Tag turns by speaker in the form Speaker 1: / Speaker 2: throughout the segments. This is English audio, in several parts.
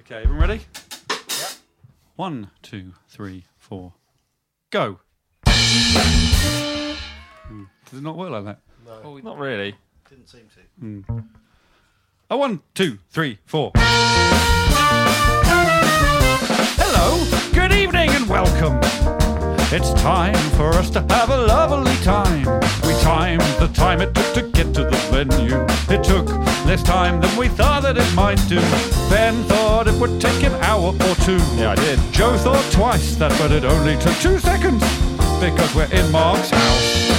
Speaker 1: Okay, everyone ready? Yeah. One, two, three, four. Go. Hmm, Does it not work like that?
Speaker 2: Not really.
Speaker 3: Didn't seem to.
Speaker 1: A Oh, one, two, three, four. Hello, good evening, and welcome. It's time for us to have a lovely time. We timed the time it took to get to the venue. It took less time than we thought that it might do. Ben thought it would take an hour or two.
Speaker 2: Yeah, I did.
Speaker 1: Joe thought twice that, but it only took two seconds because we're in Mark's house.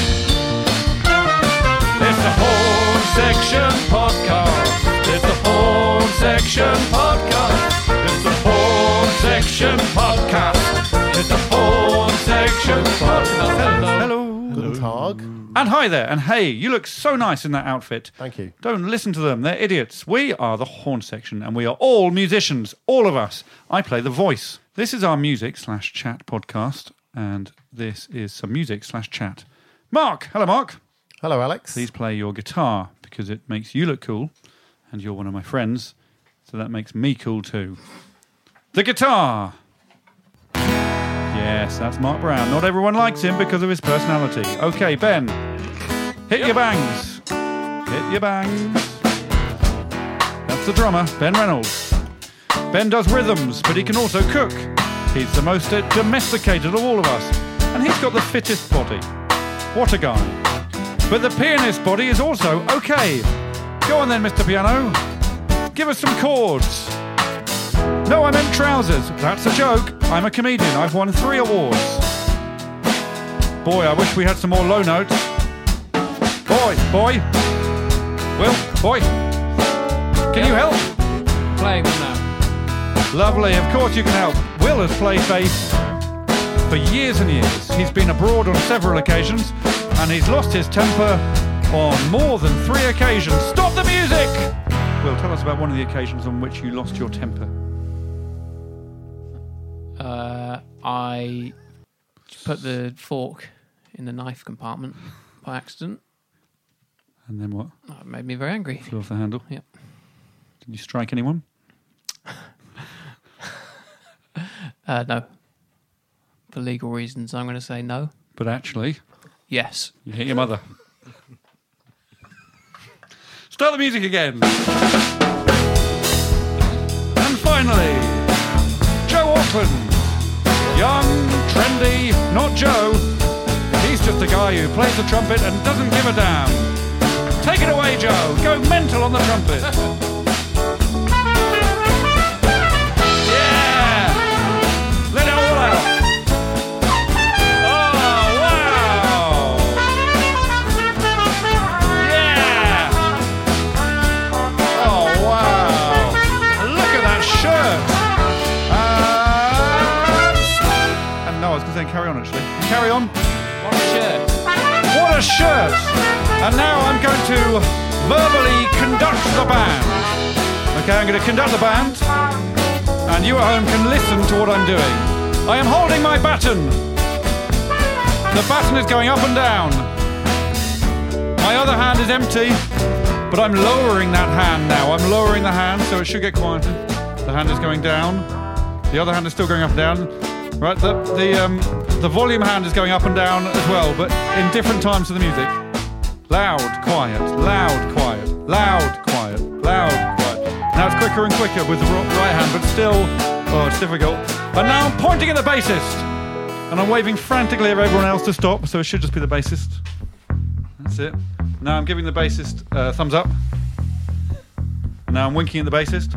Speaker 1: It's the Horn Section Podcast. It's the Horn Section Podcast. It's the Horn Section Podcast. It's the Horn Section Podcast. Hello.
Speaker 3: Guten Tag.
Speaker 1: And hi there. And hey, you look so nice in that outfit.
Speaker 3: Thank you.
Speaker 1: Don't listen to them. They're idiots. We are the Horn Section and we are all musicians. All of us. I play the voice. This is our music slash chat podcast. And this is some music slash chat. Mark. Hello, Mark.
Speaker 3: Hello, Alex.
Speaker 1: please play your guitar because it makes you look cool and you're one of my friends so that makes me cool too the guitar yes that's mark brown not everyone likes him because of his personality okay ben hit your bangs hit your bangs that's the drummer ben reynolds ben does rhythms but he can also cook he's the most domesticated of all of us and he's got the fittest body what a guy but the pianist body is also okay. Go on then, Mr. Piano. Give us some chords. No, I meant trousers. That's a joke. I'm a comedian. I've won three awards. Boy, I wish we had some more low notes. Boy, boy. Will, boy. Can you help?
Speaker 4: playing them now.
Speaker 1: Lovely, of course you can help. Will has played bass for years and years. He's been abroad on several occasions and he's lost his temper on more than three occasions. Stop the music! Will, tell us about one of the occasions on which you lost your temper.
Speaker 4: Uh, I put the fork in the knife compartment by accident.
Speaker 1: And then what?
Speaker 4: That made me very angry.
Speaker 1: Flew off the handle?
Speaker 4: Yep.
Speaker 1: Did you strike anyone?
Speaker 4: Uh, no. For legal reasons, I'm going to say no.
Speaker 1: But actually,
Speaker 4: Yes.
Speaker 1: you hit your mother. Start the music again. And finally, Joe Auckland. Young, trendy, not Joe. He's just a guy who plays the trumpet and doesn't give a damn. Take it away, Joe. Go mental on the trumpet. yeah! Let it all out. Oh, wow! Yeah! Oh, wow! Look at that shirt! Um, Uh, and no, I was going to say carry on, actually. Carry on.
Speaker 4: What a shirt.
Speaker 1: What a shirt! And now I'm going to verbally conduct the band. Okay, I'm going to conduct the band, and you at home can listen to what I'm doing. I am holding my baton. The baton is going up and down. My other hand is empty, but I'm lowering that hand now. I'm lowering the hand, so it should get quieter. The hand is going down. The other hand is still going up and down. Right, the the um, the volume hand is going up and down as well, but in different times of the music. Loud, quiet, loud, quiet, loud, quiet, loud, quiet. Now it's quicker and quicker with the ro- right hand, but still, oh, it's difficult. And now I'm pointing at the bassist, and I'm waving frantically at everyone else to stop. So it should just be the bassist. That's it. Now I'm giving the bassist uh, thumbs up. And now I'm winking at the bassist.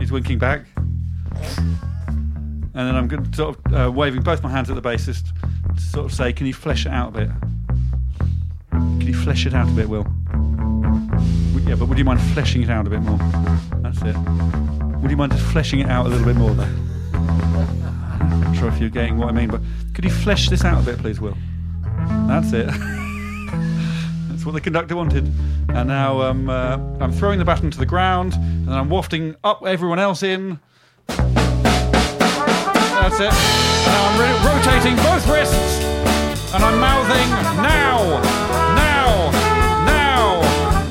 Speaker 1: He's winking back. And then I'm going to sort of uh, waving both my hands at the bassist to sort of say, can you flesh it out a bit? Can you flesh it out a bit, Will? Would- Yeah, but would you mind fleshing it out a bit more? That's it. Would you mind just fleshing it out a little bit more, though? I'm not sure if you're getting what I mean, but could you flesh this out a bit, please, Will? That's it. That's what the conductor wanted. And now um, uh, I'm throwing the baton to the ground, and then I'm wafting up everyone else in. That's it. And now I'm re- rotating both wrists, and I'm mouthing now, now, now,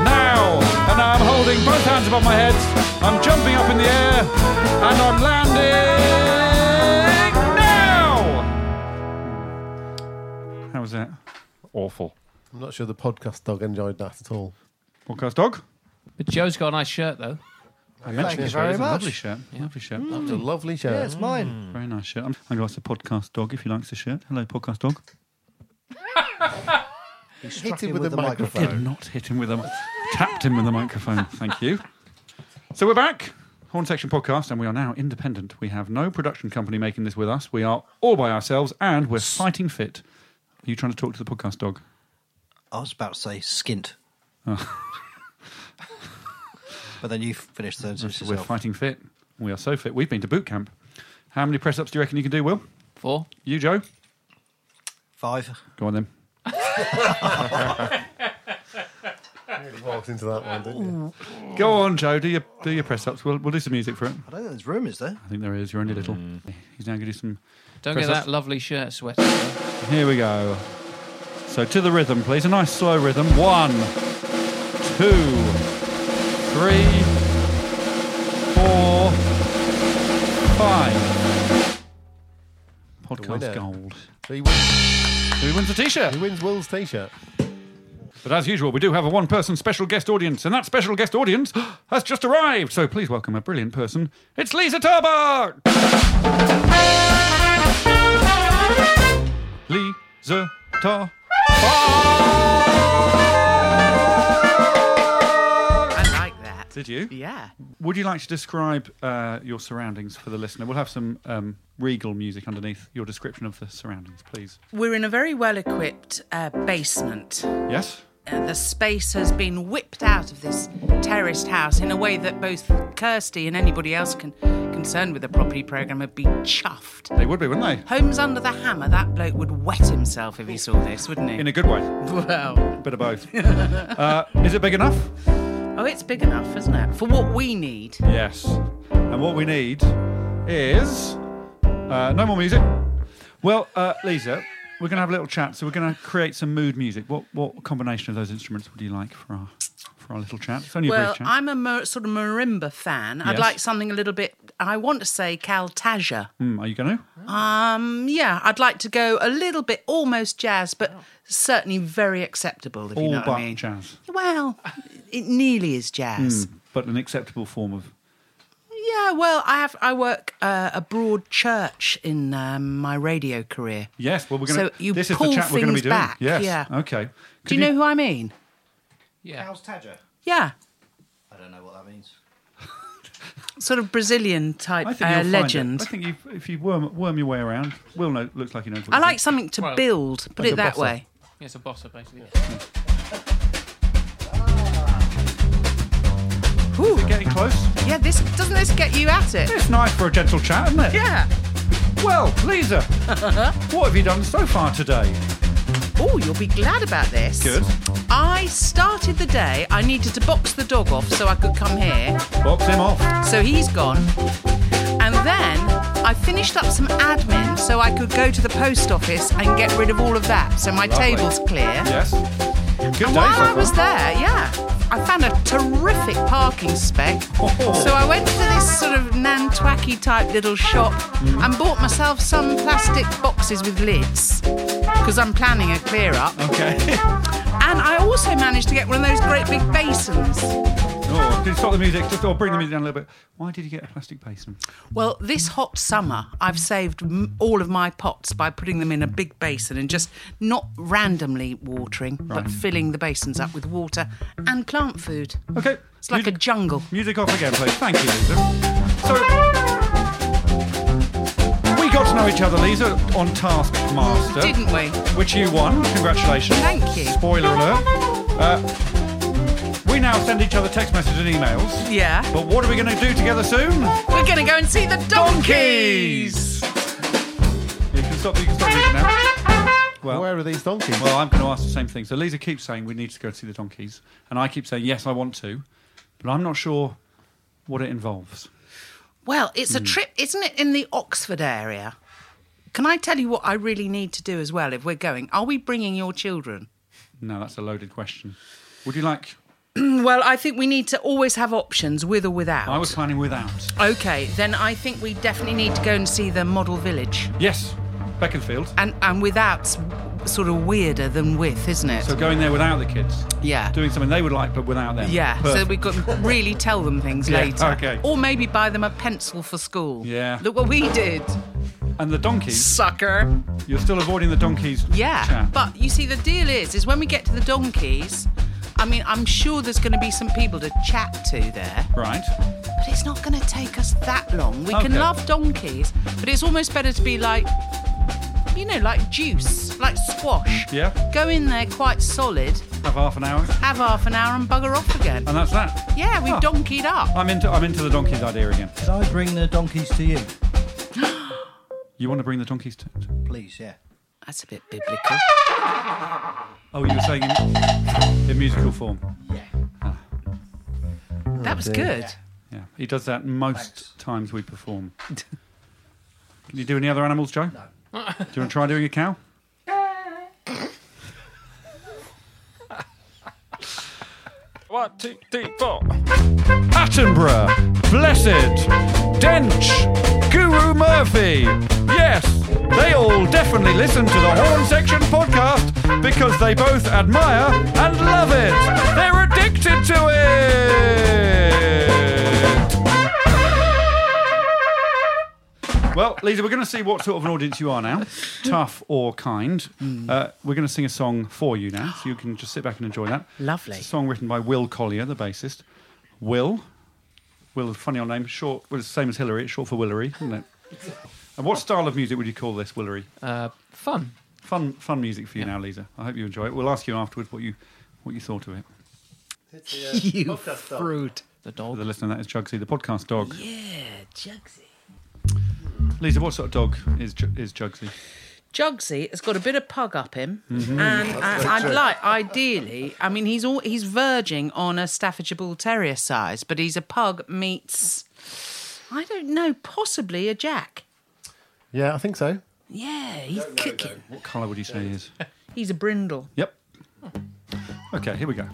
Speaker 1: now. And now I'm holding both hands above my head. I'm jumping up in And I'm landing now! How was that? Awful.
Speaker 2: I'm not sure the podcast dog enjoyed that at all.
Speaker 1: Podcast dog?
Speaker 4: But Joe's got a nice shirt though.
Speaker 1: I mentioned
Speaker 3: you
Speaker 1: it.
Speaker 3: very
Speaker 1: It's a
Speaker 3: much. Mm.
Speaker 1: Lovely shirt. Lovely shirt.
Speaker 2: It's a lovely show.
Speaker 3: Yeah, it's mine.
Speaker 1: Very nice shirt. I'm, I'm going to ask the podcast dog if he likes the shirt. Hello, podcast dog.
Speaker 3: He struck
Speaker 2: Hit him
Speaker 3: him
Speaker 2: with, the, microphone.
Speaker 1: Did not hit him with a mi- tapped him with a microphone. Thank you. So we're back, Horn Section Podcast, and we are now independent. We have no production company making this with us. We are all by ourselves, and we're fighting fit. Are you trying to talk to the podcast dog?
Speaker 3: I was about to say skint. but then you finished the sentence
Speaker 1: We're
Speaker 3: yourself.
Speaker 1: fighting fit. We are so fit. We've been to boot camp. How many press ups do you reckon you can do, Will?
Speaker 4: Four.
Speaker 1: You, Joe?
Speaker 3: Five.
Speaker 1: Go on then.
Speaker 2: You walked into that one, didn't you?
Speaker 1: Go on, Joe. Do your do your press ups. We'll, we'll do some music for it.
Speaker 3: I don't think there's room, is there?
Speaker 1: I think there is. You're only little. He's now going to do some
Speaker 4: Don't
Speaker 1: Press
Speaker 4: get
Speaker 1: up.
Speaker 4: that lovely shirt sweater. though.
Speaker 1: Here we go. So to the rhythm, please. A nice slow rhythm. One, two, three, four, five.
Speaker 2: winner.
Speaker 1: Podcast gold.
Speaker 2: So he wins,
Speaker 1: Who wins the t-shirt?
Speaker 2: he wins Will's t-shirt.
Speaker 1: But as usual, we do have a one person special guest audience, and that special guest audience has just arrived. So please welcome a brilliant person. It's Lisa Tarbuck! Lisa Tarbuck!
Speaker 5: I like that.
Speaker 1: Did you?
Speaker 5: Yeah.
Speaker 1: Would you like to describe uh, your surroundings for the listener? We'll have some um, regal music underneath your description of the surroundings, please.
Speaker 5: We're in a very well equipped uh, basement.
Speaker 1: Yes?
Speaker 5: Uh, the space has been whipped out of this terraced house in a way that both Kirsty and anybody else con- concerned with the property programme would be chuffed.
Speaker 1: They would be, wouldn't they?
Speaker 5: Homes under the hammer, that bloke would wet himself if he saw this, wouldn't he?
Speaker 1: In a good way.
Speaker 5: well,
Speaker 1: Bit of both. uh, is it big enough?
Speaker 5: oh, it's big enough, isn't it? For what we need.
Speaker 1: Yes. And what we need is uh, no more music. Well, uh, Lisa, we're going to have a little chat. So we're going to create some mood music. What what combination of those instruments would you like for our for our little chat? It's only a
Speaker 5: Well,
Speaker 1: brief chat.
Speaker 5: I'm a mar- sort of marimba fan. I'd
Speaker 1: Yes.
Speaker 5: like something a little bit, I want to say Caltasia.
Speaker 1: Hmm, are you going to?
Speaker 5: Um, yeah, I'd like to go a little bit almost jazz, but certainly very acceptable, if you
Speaker 1: All
Speaker 5: know
Speaker 1: but
Speaker 5: what I mean.
Speaker 1: jazz,
Speaker 5: Well, it nearly is jazz.
Speaker 1: but an acceptable form of
Speaker 5: Yeah, well, I have I work uh, a broad church in um, my radio career.
Speaker 1: Yes, well, we're going to.
Speaker 5: So you
Speaker 1: this is
Speaker 5: pull
Speaker 1: the chat we're going to be
Speaker 5: things
Speaker 1: doing.
Speaker 5: back,
Speaker 1: Yes.
Speaker 5: yeah.
Speaker 1: Okay.
Speaker 5: Do you, know who I mean?
Speaker 4: Yeah.
Speaker 3: Tadger?
Speaker 5: Yeah,
Speaker 3: I don't know what that means.
Speaker 5: sort of Brazilian type
Speaker 1: I think
Speaker 5: uh,
Speaker 1: you'll
Speaker 5: legend.
Speaker 1: Find it. I think you, if you worm, worm your way around, Will know, looks like he knows. What
Speaker 5: I
Speaker 1: he's
Speaker 5: like something to
Speaker 4: Well,
Speaker 5: build. Put
Speaker 2: like a
Speaker 5: it that
Speaker 2: bossa.
Speaker 5: way.
Speaker 4: Yeah, it's a bosser basically.
Speaker 5: Ooh,
Speaker 1: doing. Getting close.
Speaker 5: yeah, this doesn't this get you at it?
Speaker 1: It's nice for a gentle chat, isn't it?
Speaker 5: Yeah.
Speaker 1: Well, Lisa, what have you done so far today?
Speaker 5: Oh, you'll be glad about this.
Speaker 1: Good.
Speaker 5: I started the day. I needed to box the dog off so I could come here.
Speaker 1: Box him off.
Speaker 5: So he's gone. And then I finished up some admin so I could go to the post office and get rid of all of that. So my
Speaker 1: Lovely.
Speaker 5: table's clear.
Speaker 1: Yes. Good day.
Speaker 5: While
Speaker 1: so
Speaker 5: I was
Speaker 1: far.
Speaker 5: there, yeah, I found a terrific parking spec. So I went to this sort of nantwacky type little shop and bought myself some plastic boxes with lids because I'm planning a clear up.
Speaker 1: Okay.
Speaker 5: And I also managed to get one of those great big basins.
Speaker 1: oh, can you stop the music? Just or bring the music down a little bit. Why did you get a plastic basin?
Speaker 5: Well, this hot summer, I've saved m- all of my pots by putting them in a big basin and just not randomly watering, but filling the basins up with water and plant food.
Speaker 1: Okay.
Speaker 5: It's like a
Speaker 1: music,
Speaker 5: jungle.
Speaker 1: music off again, please. Thank you, Lisa. So we got to know each other, Lisa, on Taskmaster.
Speaker 5: Didn't we?
Speaker 1: which you won. Congratulations.
Speaker 5: Thank you.
Speaker 1: Spoiler alert. Uh, we now send each other text messages and emails.
Speaker 5: Yeah.
Speaker 1: But what are we going to do together soon?
Speaker 5: We're going to go and see the donkeys.
Speaker 1: You can stop. You can stop music now. Well,
Speaker 2: Where are these donkeys?
Speaker 1: well, I'm going to ask the same thing. So Lisa keeps saying we need to go see the donkeys, and I keep saying yes, I want to, but I'm not sure what it involves.
Speaker 5: Well, it's a trip, isn't it, in the Oxford area? Can I tell you what I really need to do as well if we're going? Are we bringing your children?
Speaker 1: No, that's a loaded question. Would you like
Speaker 5: Mm, well, I think we need to always have options with or
Speaker 1: I was
Speaker 5: without.
Speaker 1: planning without.
Speaker 5: Okay, then I think we definitely need to go and see the model village.
Speaker 1: Yes, Beaconsfield.
Speaker 5: And and without's sort of weirder than with, isn't it?
Speaker 1: So going there without the kids,
Speaker 5: yeah.
Speaker 1: doing something they would like but without them.
Speaker 5: Yeah, so
Speaker 1: Perfect.
Speaker 5: we could really tell them things
Speaker 1: Yeah,
Speaker 5: later.
Speaker 1: okay.
Speaker 5: Or maybe buy them a pencil for school.
Speaker 1: Yeah.
Speaker 5: Look what we did,
Speaker 1: and the donkeys.
Speaker 5: sucker.
Speaker 1: You're still avoiding the donkeys.
Speaker 5: Yeah.
Speaker 1: Chat.
Speaker 5: But you see, the deal is, is when we get to the donkeys, I mean, I'm sure there's going to be some people to chat to there,
Speaker 1: right.
Speaker 5: but it's not going to take us that long. We can
Speaker 1: Okay.
Speaker 5: love donkeys, but it's almost better to be like, you know, like juice, like squash.
Speaker 1: Yeah.
Speaker 5: Go in there quite solid,
Speaker 1: Have half an hour,
Speaker 5: have half an hour, and bugger off again.
Speaker 1: and that's that.
Speaker 5: Yeah, we
Speaker 1: Oh.
Speaker 5: have donkeyed up.
Speaker 1: I'm into I'm into the donkeys idea again.
Speaker 3: Could I bring the donkeys to you?
Speaker 1: You want to bring the donkeys to?
Speaker 3: Please, yeah.
Speaker 5: That's a bit biblical.
Speaker 1: Oh, you were saying in, in musical form.
Speaker 5: That was
Speaker 2: dear.
Speaker 5: good.
Speaker 1: Yeah, he does that most
Speaker 3: Thanks.
Speaker 1: times we perform. Can you do any other animals, Joe? No. Do you want to try doing a cow?
Speaker 6: One, two, three, four.
Speaker 1: Attenborough, Blessed, Dench, Guru Murphy. Yes, they all definitely listen to the Horn Section podcast because they both admire and love it. They're addicted to it. Well, Lisa, we're going to see what sort of an audience you are now, tough or kind. Uh, we're going to sing a song for you now, so you can just sit back and enjoy that.
Speaker 5: Lovely.
Speaker 1: It's a song written by Will Collier, the bassist. Will, Will, funny old name, short, well, it's the same as Hillary, it's short for Willery, isn't it? and what style of music would you call this, Willery?
Speaker 4: Uh, fun.
Speaker 1: Fun, fun music for you now, Lisa. I hope you enjoy it. We'll ask you afterwards what you, what you thought of it.
Speaker 5: You fruit.
Speaker 4: The
Speaker 1: For
Speaker 4: dog.
Speaker 1: the listener, that is Chugsy, the podcast dog.
Speaker 5: Yeah, Jugsy.
Speaker 1: Lisa, what sort of dog is Ju- is Chugsy?
Speaker 5: Jugsy has got a bit of pug up him,
Speaker 1: Mm-hmm.
Speaker 5: and I, I'd like, ideally, I mean, he's all he's verging on a Staffordshire Bull Terrier size, but he's a pug meets, I don't know, possibly a Jack.
Speaker 2: Yeah, I think so.
Speaker 5: Yeah, he's kicking.
Speaker 1: What colour would you say he is?
Speaker 5: He's a brindle.
Speaker 1: Yep. Okay, here we go.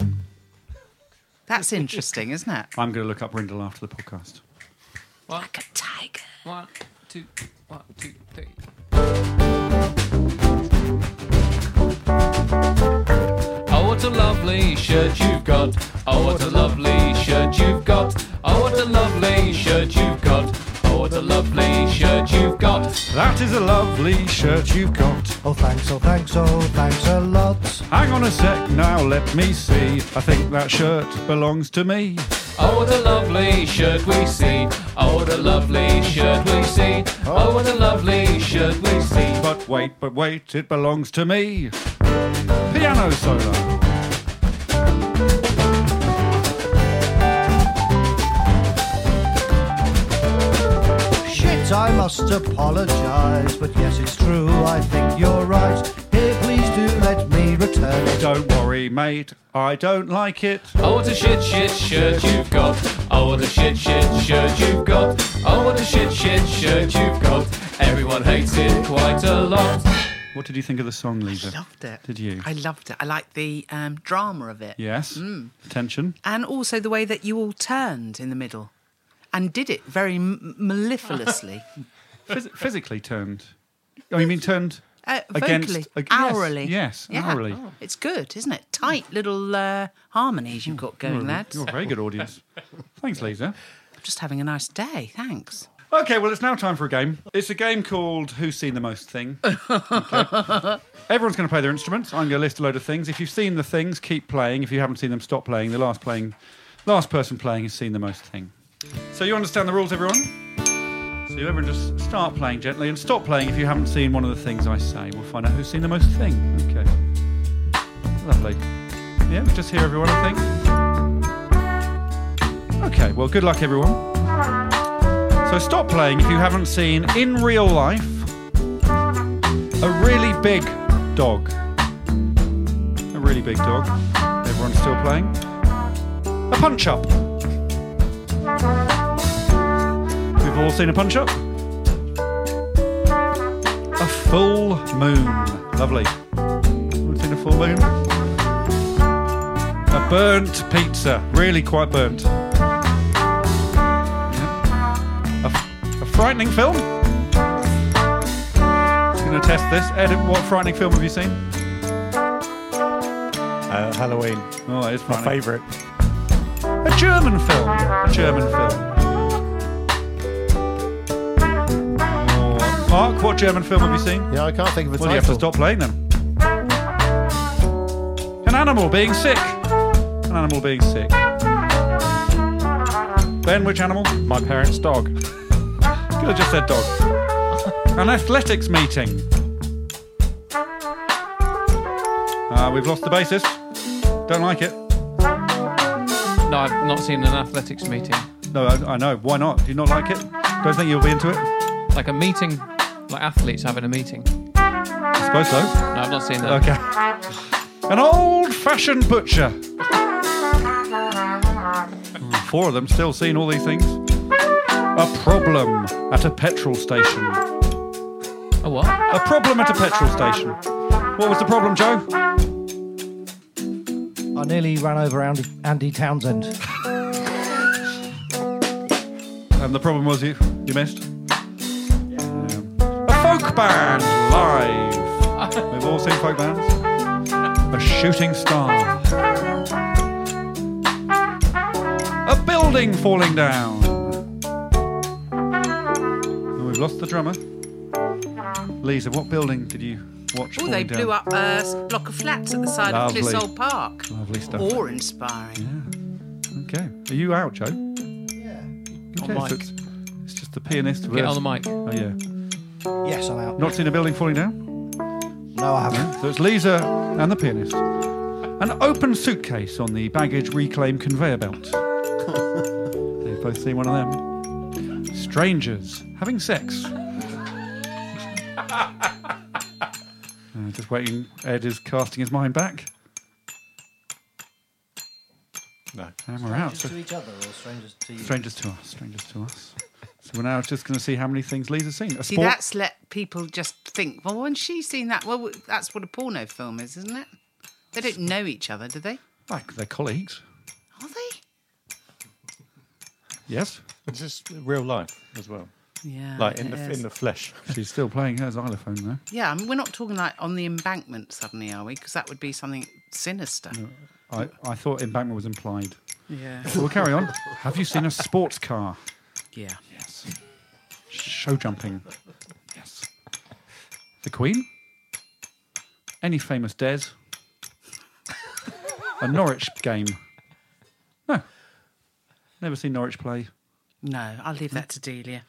Speaker 5: That's interesting, isn't it?
Speaker 1: I'm going to look up Brindle after the podcast.
Speaker 5: Like a tiger.
Speaker 4: One, two, one, two, three. Oh, what a lovely shirt you've got. Oh, what a lovely shirt you've got. Oh, what a lovely shirt you've got. Oh, what a lovely shirt you've got.
Speaker 1: That is a lovely shirt you've got.
Speaker 3: Oh, thanks, oh, thanks, oh, thanks a lot.
Speaker 1: Hang on a sec now, let me see. I think that shirt belongs to me.
Speaker 4: Oh, what a lovely shirt we see. Oh, what a lovely shirt we see. Oh, what a lovely shirt we see.
Speaker 1: But wait, but wait, it belongs to me. Piano solo.
Speaker 3: Shit, I must apologise, but yes, it's true, I think you're right. Here, please do let me return it.
Speaker 1: Don't worry, mate, I don't like it.
Speaker 4: Oh, what a shit, shit shirt you've got. Oh, what a shit, shit shirt you've got. Oh, what a shit, shit shirt you've got. Everyone hates it quite a lot.
Speaker 1: What did you think of the song, Lisa?
Speaker 5: Loved it.
Speaker 1: Did you?
Speaker 5: I loved it. I liked the um, drama of it.
Speaker 1: Yes. Tension.
Speaker 5: and also the way that you all turned in the middle and did it very m- mellifluously.
Speaker 1: Phys- physically turned. Oh, you mean turned?
Speaker 5: Uh,
Speaker 1: Against-
Speaker 5: vocally,
Speaker 1: ag- yes,
Speaker 5: hourly.
Speaker 1: yes, hourly. Oh.
Speaker 5: It's good, isn't it? Tight little uh, harmonies you've got going, lads.
Speaker 1: You're a very good audience. Thanks, Lisa.
Speaker 5: Just having a nice day, thanks.
Speaker 1: Okay, well, it's now time for a game. It's a game called Who's Seen the Most Thing. Okay. Everyone's going to play their instruments. I'm going to list a load of things. If you've seen the things, keep playing. If you haven't seen them, stop playing. The last playing, last person playing has seen the most thing. So you understand the rules, everyone? So you everyone just start playing gently and stop playing if you haven't seen one of the things I say. We'll find out who's seen the most thing. Okay. Lovely. Yeah, just hear everyone, I think. Okay, well, good luck, everyone. So stop playing if you haven't seen in real life a really big dog. A really big dog. Everyone's still playing. A punch up. We've all seen a punch up. A full moon. Lovely. We've seen a full moon. A burnt pizza, really quite burnt. A, a frightening film. Gonna test this. Ed, what frightening film have you seen?
Speaker 2: Uh, Halloween,
Speaker 1: Oh, it's
Speaker 2: my
Speaker 1: frightening.
Speaker 2: favourite.
Speaker 1: A German film. A German film. Oh, Mark, what German film have you seen?
Speaker 2: Yeah, I can't think of a
Speaker 1: Well, you have to
Speaker 2: title.
Speaker 1: stop playing them. An animal being sick. An animal being sick. Ben, which animal? Could
Speaker 6: My parents' dog.
Speaker 1: have just said dog. An athletics meeting. Uh, we've lost the bassist. Don't like it.
Speaker 4: No, I've not seen an athletics meeting.
Speaker 1: No, I, I know. Why not? Do you not like it? Don't think you'll be into it? I
Speaker 4: Like a meeting, like athletes having a meeting.
Speaker 1: suppose so.
Speaker 4: No, I've not seen that.
Speaker 1: Okay. An old fashioned butcher. Mm, Four of them still seeing all these things. A problem at a petrol station.
Speaker 4: Oh, what?
Speaker 1: A problem at a petrol station. What was the problem, Joe?
Speaker 3: I nearly ran over Andy, Andy Townsend.
Speaker 1: And the problem was you you missed. Yeah. A folk band live. We've all seen folk bands. A shooting star. A building falling down. Oh, we've lost the drummer. Lisa, what building did you watch?
Speaker 5: Oh,
Speaker 1: falling
Speaker 5: they
Speaker 1: down?
Speaker 5: blew up a block of flats at the side
Speaker 1: Lovely.
Speaker 5: of Clissold Park.
Speaker 1: Lovely stuff.
Speaker 5: Awe inspiring.
Speaker 1: Okay. Are you out, Joe? Yeah. Okay,
Speaker 4: On
Speaker 1: so
Speaker 4: mic.
Speaker 1: it's, it's just the pianist.
Speaker 4: Get
Speaker 1: versus-
Speaker 4: on the mic.
Speaker 1: Oh, yeah.
Speaker 3: Yes, I'm out.
Speaker 1: Not seen a building falling down?
Speaker 3: No, I haven't.
Speaker 1: So it's Lisa and the pianist. An open suitcase on the baggage reclaim conveyor belt. They've both seen one of them. Strangers having sex. Uh, just waiting. Ed is casting his mind back.
Speaker 2: No.
Speaker 1: And we're out. So
Speaker 3: to each other or strangers to you?
Speaker 1: strangers to us. Strangers to us. So we're now just going to see how many things Lisa's seen. A
Speaker 5: See,
Speaker 1: sport.
Speaker 5: that's let people just think, well, when she's seen that, well, that's what a porno film is, isn't it? They don't know each other, do they?
Speaker 1: Like they're colleagues.
Speaker 5: Are they?
Speaker 1: Yes.
Speaker 2: It's just real life as well.
Speaker 5: Yeah.
Speaker 2: Like in the
Speaker 5: it
Speaker 2: f-
Speaker 5: is.
Speaker 2: in the flesh.
Speaker 1: She's still playing her xylophone though.
Speaker 5: Yeah, I mean, we're not talking like on the embankment suddenly, are we? Because that would be something sinister.
Speaker 1: I, I thought embankment was implied.
Speaker 5: Yeah.
Speaker 1: We'll carry on. Have you seen a sports car?
Speaker 5: Yeah.
Speaker 1: Yes. Show jumping. Yes. The Queen? Any famous dead? A Norwich game? No. Never seen Norwich play.
Speaker 5: No, I'll leave that to Delia.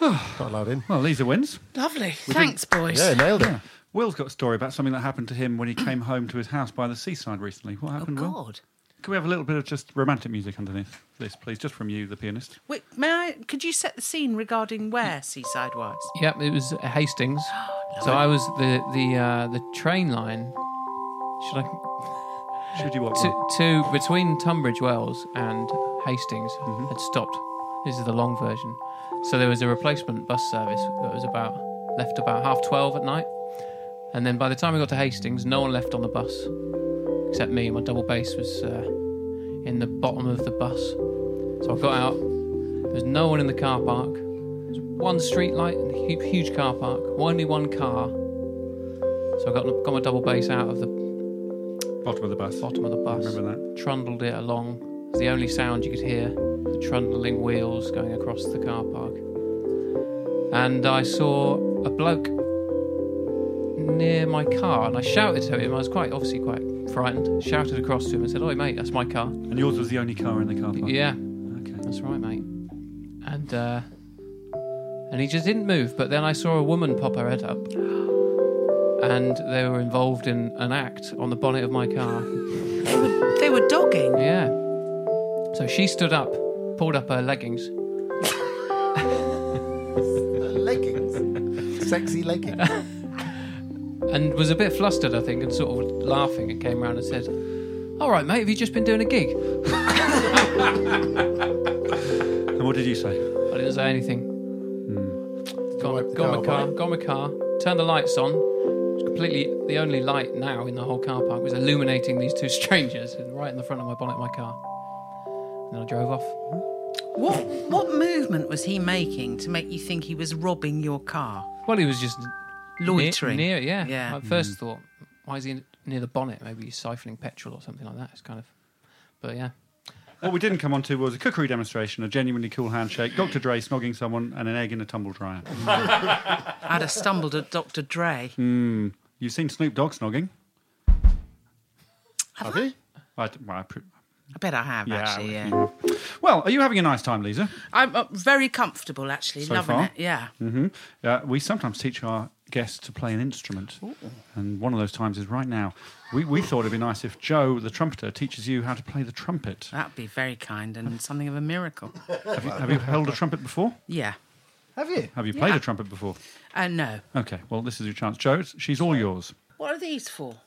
Speaker 2: Not allowed in.
Speaker 1: Well, Lisa wins.
Speaker 5: Lovely. Thanks, boys.
Speaker 2: Yeah, nailed it.
Speaker 1: Will's got a story about something that happened to him when he came home to his house by the seaside recently. What
Speaker 5: Oh,
Speaker 1: happened, Will?
Speaker 5: God.
Speaker 1: Can we have a little bit of just romantic music underneath this, please? Just from you, the pianist.
Speaker 5: Wait, may I? Could you set the scene regarding where seaside was?
Speaker 4: Yep, it was at Hastings. so I was the the uh, the train line. Should I
Speaker 1: Should you want one?
Speaker 4: to, to between Tunbridge Wells and Hastings had stopped. This is the long version. So there was a replacement bus service that was about left about half twelve at night, and then by the time we got to Hastings, no one left on the bus except me. My double bass was uh, in the bottom of the bus, so I got out. There was no one in the car park. There's one street light, and a hu- huge car park, only one car. So I got got my double bass out of the
Speaker 1: Bottom of the bus.
Speaker 4: bottom of the bus.
Speaker 1: Remember that.
Speaker 4: Trundled it along. It was the only sound you could hear the trundling wheels going across the car park. And I saw a bloke near my car and I shouted to him. I was quite, obviously, quite frightened. Shouted across to him and said, Oi, mate, that's my car.
Speaker 1: And yours was the only car in the car park.
Speaker 4: Yeah,
Speaker 1: Okay.
Speaker 4: that's right, mate. And uh, and he just didn't move. But then I saw a woman pop her head up, and they were involved in an act on the bonnet of my car.
Speaker 5: They were dogging.
Speaker 4: Yeah. So she stood up, pulled up her leggings.
Speaker 2: Leggings. Sexy leggings.
Speaker 4: and was a bit flustered, I think, and sort of laughing and came round and said, All right, mate, have you just been doing a gig?
Speaker 1: And what did you say?
Speaker 4: I didn't say anything. Got,
Speaker 2: wipe Hmm. the
Speaker 4: got
Speaker 2: car
Speaker 4: my car, got my car, turned the lights on, completely the only light now in the whole car park was illuminating these two strangers in- right in the front of my bonnet of my car. And I drove off.
Speaker 5: What what movement was he making to make you think he was robbing your car?
Speaker 4: Well, he was just near-
Speaker 5: Loitering.
Speaker 4: Near, yeah.
Speaker 5: Yeah.
Speaker 4: I first
Speaker 1: Hmm.
Speaker 4: thought, why is he near the bonnet? Maybe he's siphoning petrol or something like that. It's kind of, but yeah.
Speaker 1: What we didn't come on to was a cookery demonstration, a genuinely cool handshake, Dr. Dre snogging someone, and an egg in a tumble dryer.
Speaker 5: I'd have stumbled at Dr. Dre.
Speaker 1: Mm. You've seen Snoop Dogg snogging?
Speaker 2: Have you?
Speaker 1: I, d- well, I pre-
Speaker 5: I bet I have,
Speaker 1: yeah,
Speaker 5: actually, yeah.
Speaker 1: you- Well, are you having a nice time, Lisa?
Speaker 5: I'm uh, very comfortable, actually.
Speaker 1: So
Speaker 5: loving
Speaker 1: far?
Speaker 5: it, yeah.
Speaker 1: hmm Uh, we sometimes teach our guests to play an instrument, and one of those times is right now. We, we thought it'd be nice if Joe, the trumpeter, teaches you how to play the trumpet.
Speaker 5: That'd be very kind and something of a miracle.
Speaker 1: Have you, have you held a trumpet before?
Speaker 5: Yeah.
Speaker 3: Have you?
Speaker 1: Have you played
Speaker 5: Yeah.
Speaker 1: a trumpet before?
Speaker 5: Uh, no.
Speaker 1: Okay, well, this is your chance. Joe, it's- she's all yours.
Speaker 5: What are these for?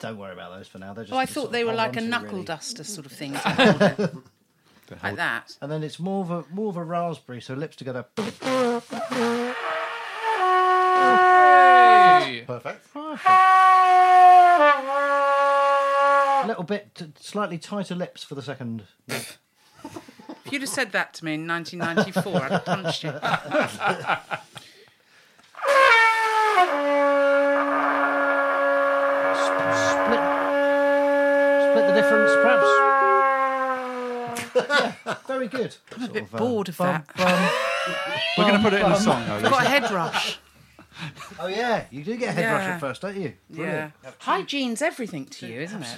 Speaker 3: Don't worry about those for now. They're just
Speaker 5: Oh, I
Speaker 3: to sort
Speaker 5: thought
Speaker 3: of
Speaker 5: they were
Speaker 3: hold
Speaker 5: like a
Speaker 3: on to,
Speaker 5: knuckle
Speaker 3: really.
Speaker 5: duster sort of thing. to hold it. like that.
Speaker 3: And then it's more of a more of a raspberry, so lips together.
Speaker 4: Hey!
Speaker 2: Perfect.
Speaker 3: A little bit, t- slightly tighter lips for the second.
Speaker 5: If you'd have said that to me in 1994, I'd have punched you.
Speaker 3: Split, split the difference, perhaps. yeah, very good. I'm a
Speaker 5: bit bored of that.
Speaker 1: We're going to put it in a song, though. Lisa.
Speaker 5: Got a head rush.
Speaker 3: Oh yeah, you do get a head rush
Speaker 5: Yeah.
Speaker 3: at first, don't you?
Speaker 5: Yeah. Hygiene's everything to you, isn't it?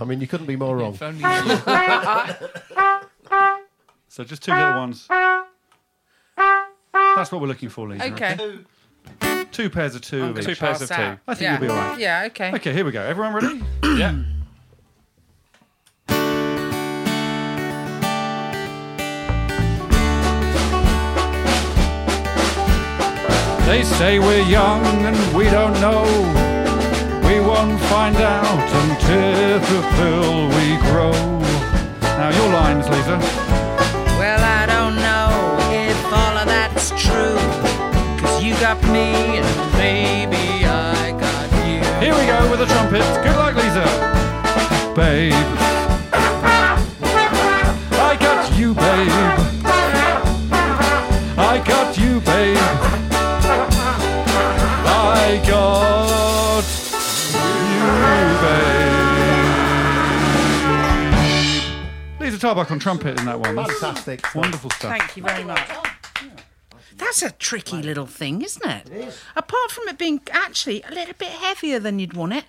Speaker 2: I mean, you couldn't be more wrong.
Speaker 4: If only you-
Speaker 1: So just two little ones. That's what we're looking for, Lisa.
Speaker 5: Okay.
Speaker 1: Two pairs of two. of
Speaker 6: Two
Speaker 1: each.
Speaker 6: pairs of
Speaker 5: Pass out.
Speaker 6: two.
Speaker 1: I think
Speaker 5: yeah.
Speaker 1: you'll be all right.
Speaker 5: Yeah, okay.
Speaker 1: Okay, here we go. Everyone ready?
Speaker 6: Yeah.
Speaker 1: They say we're young and we don't know. We won't find out until we grow. Now your lines, Lisa.
Speaker 5: Well, I don't know if all of that's true. Cause you got me and maybe I got you.
Speaker 1: Here we go with the trumpet. Good luck, Lisa. Babe. I got you, babe. I got you, babe. I got you, babe. Lisa Tarbuck on trumpet in that one. That's
Speaker 2: Fantastic.
Speaker 1: Wonderful stuff.
Speaker 5: Thank you very much. That's a tricky little thing, isn't it? It is. Apart from it being actually a little bit heavier than you'd want it.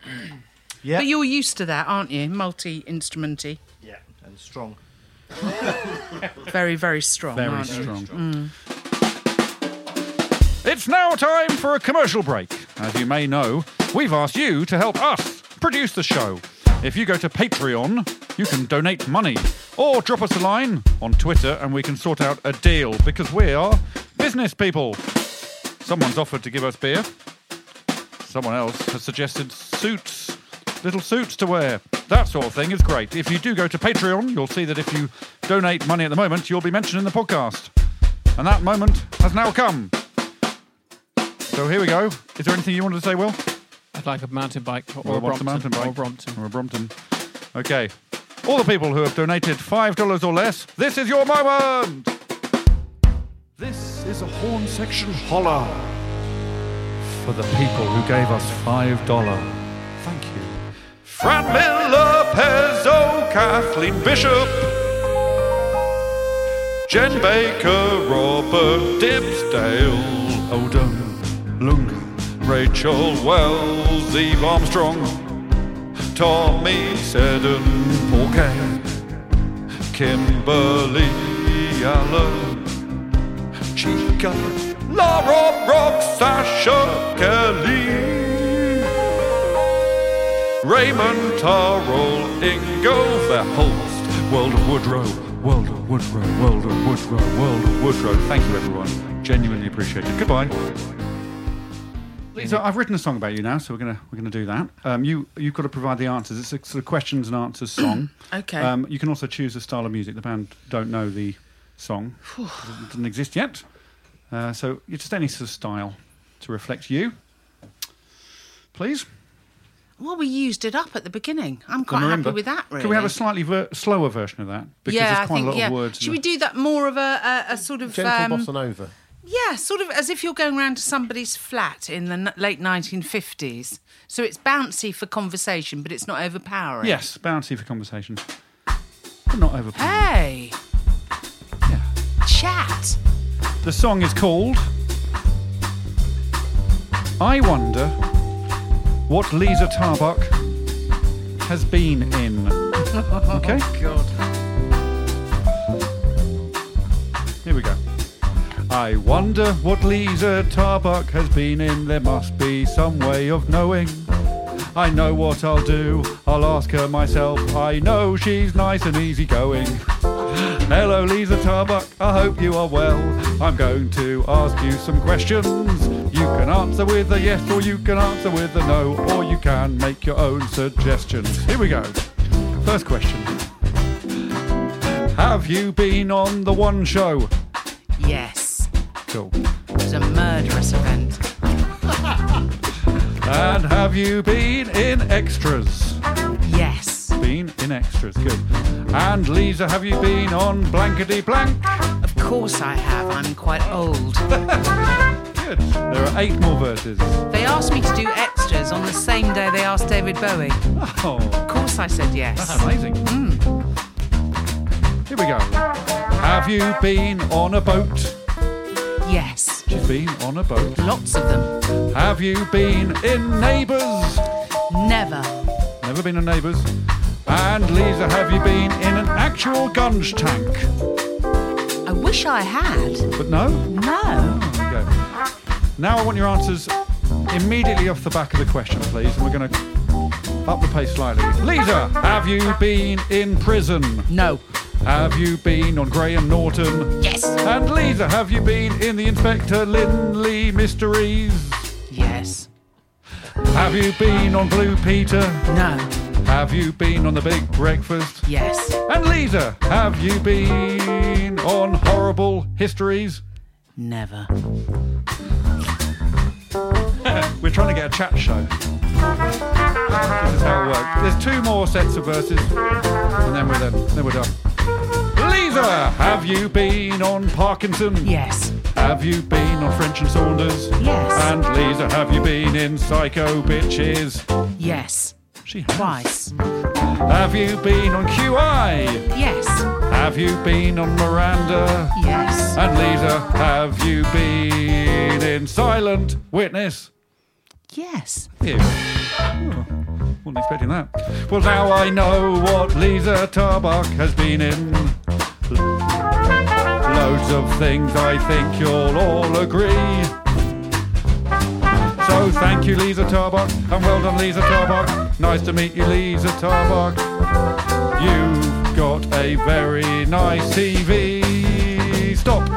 Speaker 3: Yeah.
Speaker 5: But you're used to that, aren't you? Multi instrumenty.
Speaker 3: Yeah, and strong.
Speaker 5: Very, very strong.
Speaker 1: Very
Speaker 5: aren't you?
Speaker 1: strong. Mm. It's now time for a commercial break. As you may know, we've asked you to help us produce the show. If you go to Patreon, you can donate money or drop us a line on Twitter and we can sort out a deal because we are business people. Someone's offered to give us beer. Someone else has suggested suits, little suits to wear. That sort of thing is great. If you do go to Patreon, you'll see that if you donate money at the moment, you'll be mentioned in the podcast. And that moment has now come. So here we go. Is there anything you wanted to say, Will?
Speaker 4: I'd like a mountain bike or, a
Speaker 1: what's the
Speaker 4: Brompton,
Speaker 1: mountain bike?
Speaker 4: or a Brompton.
Speaker 1: Or a Brompton. Okay. All the people who have donated $5 or less, this is your moment! This is a horn section holler for the people who gave us $5. Thank you. Fran Miller, Pezzo, Kathleen Bishop, Jen Baker, Robert Dibsdale, Odom, Lung, Rachel Wells, Eve Armstrong, Tommy Seddon, Paul Kay, Kimberly Allen, Chica, Laura Rock, Sasha Kelly, Raymond Tarrell, Ingo Verholst, World of Woodrow, World of Woodrow, World of Woodrow, World of Woodrow. Thank you, everyone. Genuinely appreciated. Goodbye. So I've written a song about you now, so we're gonna we're gonna do that. Um, you you've got to provide the answers. It's a sort of questions and answers song.
Speaker 5: Okay.
Speaker 1: Um, you can also choose a style of music. The band don't know the song; it doesn't- doesn't exist yet. Uh, so it's just any sort of style to reflect you. please?
Speaker 5: Well, we used it up at the beginning. I'm quite
Speaker 1: Remember.
Speaker 5: happy with that, really.
Speaker 1: Can we have a slightly ver- slower version of that? Because
Speaker 5: yeah,
Speaker 1: there's quite
Speaker 5: I think,
Speaker 1: a lot
Speaker 5: yeah.
Speaker 1: of words. in
Speaker 5: Should
Speaker 1: the-
Speaker 5: we do that more of a, a, a sort of
Speaker 2: Gentle
Speaker 5: um,
Speaker 2: bossa nova.
Speaker 5: Yeah, sort of as if you're going round to somebody's flat in the n- late 1950s. So it's bouncy for conversation, but it's not overpowering.
Speaker 1: Yes, bouncy for conversation. But not overplayed.
Speaker 5: Hey,
Speaker 1: Yeah.
Speaker 5: chat.
Speaker 1: The song is called I Wonder What Lisa Tarbuck Has Been In. Okay?
Speaker 5: God.
Speaker 1: Here we go. I wonder what Lisa Tarbuck has been in. There must be some way of knowing. I know what I'll do. I'll ask her myself. I know she's nice and easygoing. Hello, Lisa Tarbuck. I hope you are well. I'm going to ask you some questions. You can answer with a yes, or you can answer with a no, or you can make your own suggestions. Here we go. First question Have you been on the one show?
Speaker 5: Yes,
Speaker 1: Cool.
Speaker 5: it was a murderous event.
Speaker 1: And have you been in extras?
Speaker 5: Yes,
Speaker 1: Been in extras, good. And Lisa, have you been on blankety blank?
Speaker 5: of course I have. I'm quite old.
Speaker 1: Good. There are eight more verses.
Speaker 5: They asked me to do extras on the same day they asked David Bowie. Of
Speaker 1: Oh,
Speaker 5: course I said yes.
Speaker 1: amazing. Here we go. Have you been on a boat?
Speaker 5: Yes,
Speaker 1: She's been on a boat.
Speaker 5: lots of them.
Speaker 1: Have you been in neighbours?
Speaker 5: Never.
Speaker 1: Never been in neighbours. And Lisa, have you been in an actual gunge tank?
Speaker 5: I wish I had.
Speaker 1: But no,
Speaker 5: No.
Speaker 1: There we go. Now I want your answers immediately off the back of the question, please. And we're going to up the pace slightly. Lisa, have you been in prison?
Speaker 5: No.
Speaker 1: Have you been on Graham Norton?
Speaker 5: Yes.
Speaker 1: And Lisa, have you been in the Inspector Lindley Mysteries?
Speaker 5: Yes.
Speaker 1: Have you been on Blue Peter?
Speaker 5: No.
Speaker 1: Have you been on The Big Breakfast?
Speaker 5: Yes.
Speaker 1: And Lisa, have you been on Horrible Histories?
Speaker 5: Never.
Speaker 1: We're trying to get a chat show. This is how it works. There's two more sets of verses, and then we're done. Then we're done. Lisa, have you been on Parkinson?
Speaker 5: Yes.
Speaker 1: Have you been on French and Saunders?
Speaker 5: Yes.
Speaker 1: And Lisa, have you been in Psycho Bitches?
Speaker 5: Yes.
Speaker 1: She has.
Speaker 5: Twice.
Speaker 1: Have you been on QI?
Speaker 5: Yes.
Speaker 1: Have you been on Miranda?
Speaker 5: Yes.
Speaker 1: And Lisa, have you been in Silent Witness?
Speaker 5: Yes.
Speaker 1: Ew. Oh, wasn't expecting that. Well, now I know what Lisa Tarbuck has been in. Loads of things I think you'll all agree. So thank you, Lisa Tarbuck, and well done, Lisa Tarbuck. Nice to meet you, Lisa Tarbuck. You've got a very nice CV. Stop.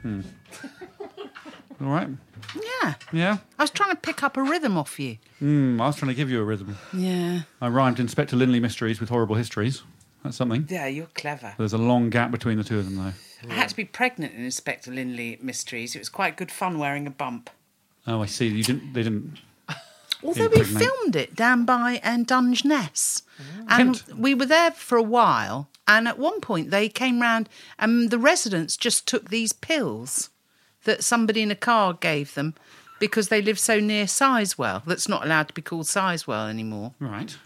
Speaker 1: Hmm. All right.
Speaker 5: Yeah.
Speaker 1: Yeah.
Speaker 5: I was trying to pick up a rhythm off you.
Speaker 1: Hmm, I was trying to give you a rhythm.
Speaker 5: Yeah.
Speaker 1: I rhymed Inspector Linley Mysteries with Horrible Histories. That's something.
Speaker 5: Yeah, you're clever.
Speaker 1: There's a long gap between the two of them, though.
Speaker 5: I had to be pregnant in Inspector Linley Mysteries. It was quite good fun wearing a bump.
Speaker 1: Oh, I see. You didn't. They didn't.
Speaker 5: Although we
Speaker 1: Impregnate.
Speaker 5: filmed it down by um, Dungeness.
Speaker 2: Oh.
Speaker 5: And
Speaker 1: Kent.
Speaker 5: we were there for a while. And at one point, they came round, and the residents just took these pills that somebody in a car gave them because they live so near Sizewell. That's not allowed to be called Sizewell anymore.
Speaker 1: Right.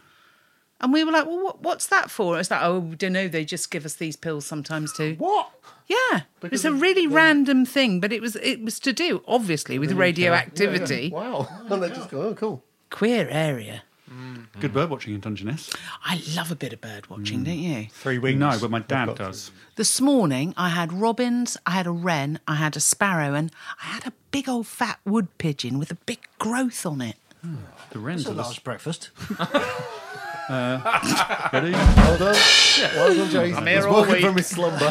Speaker 5: And we were like, well, what, what's that for? It's like, oh, don't know. They just give us these pills sometimes too.
Speaker 2: What?
Speaker 5: Yeah, it's a really random thing, but it was it was to do obviously with radioactivity.
Speaker 2: Wow. And they just go, oh, cool.
Speaker 5: Queer area.
Speaker 1: Good
Speaker 2: Mm.
Speaker 1: bird watching in Dungeness.
Speaker 5: I love a bit of bird watching, don't you?
Speaker 2: Three wings.
Speaker 1: No, but my dad
Speaker 2: got
Speaker 1: does.
Speaker 5: This morning I had robins, I had a wren, I had a sparrow, and I had a big old fat wood pigeon with a big growth on it.
Speaker 1: The wrens
Speaker 3: It's a
Speaker 1: are the
Speaker 3: large breakfast.
Speaker 1: spaghetti.
Speaker 2: Well done. Well done, Jason. I'm here all from his slumber.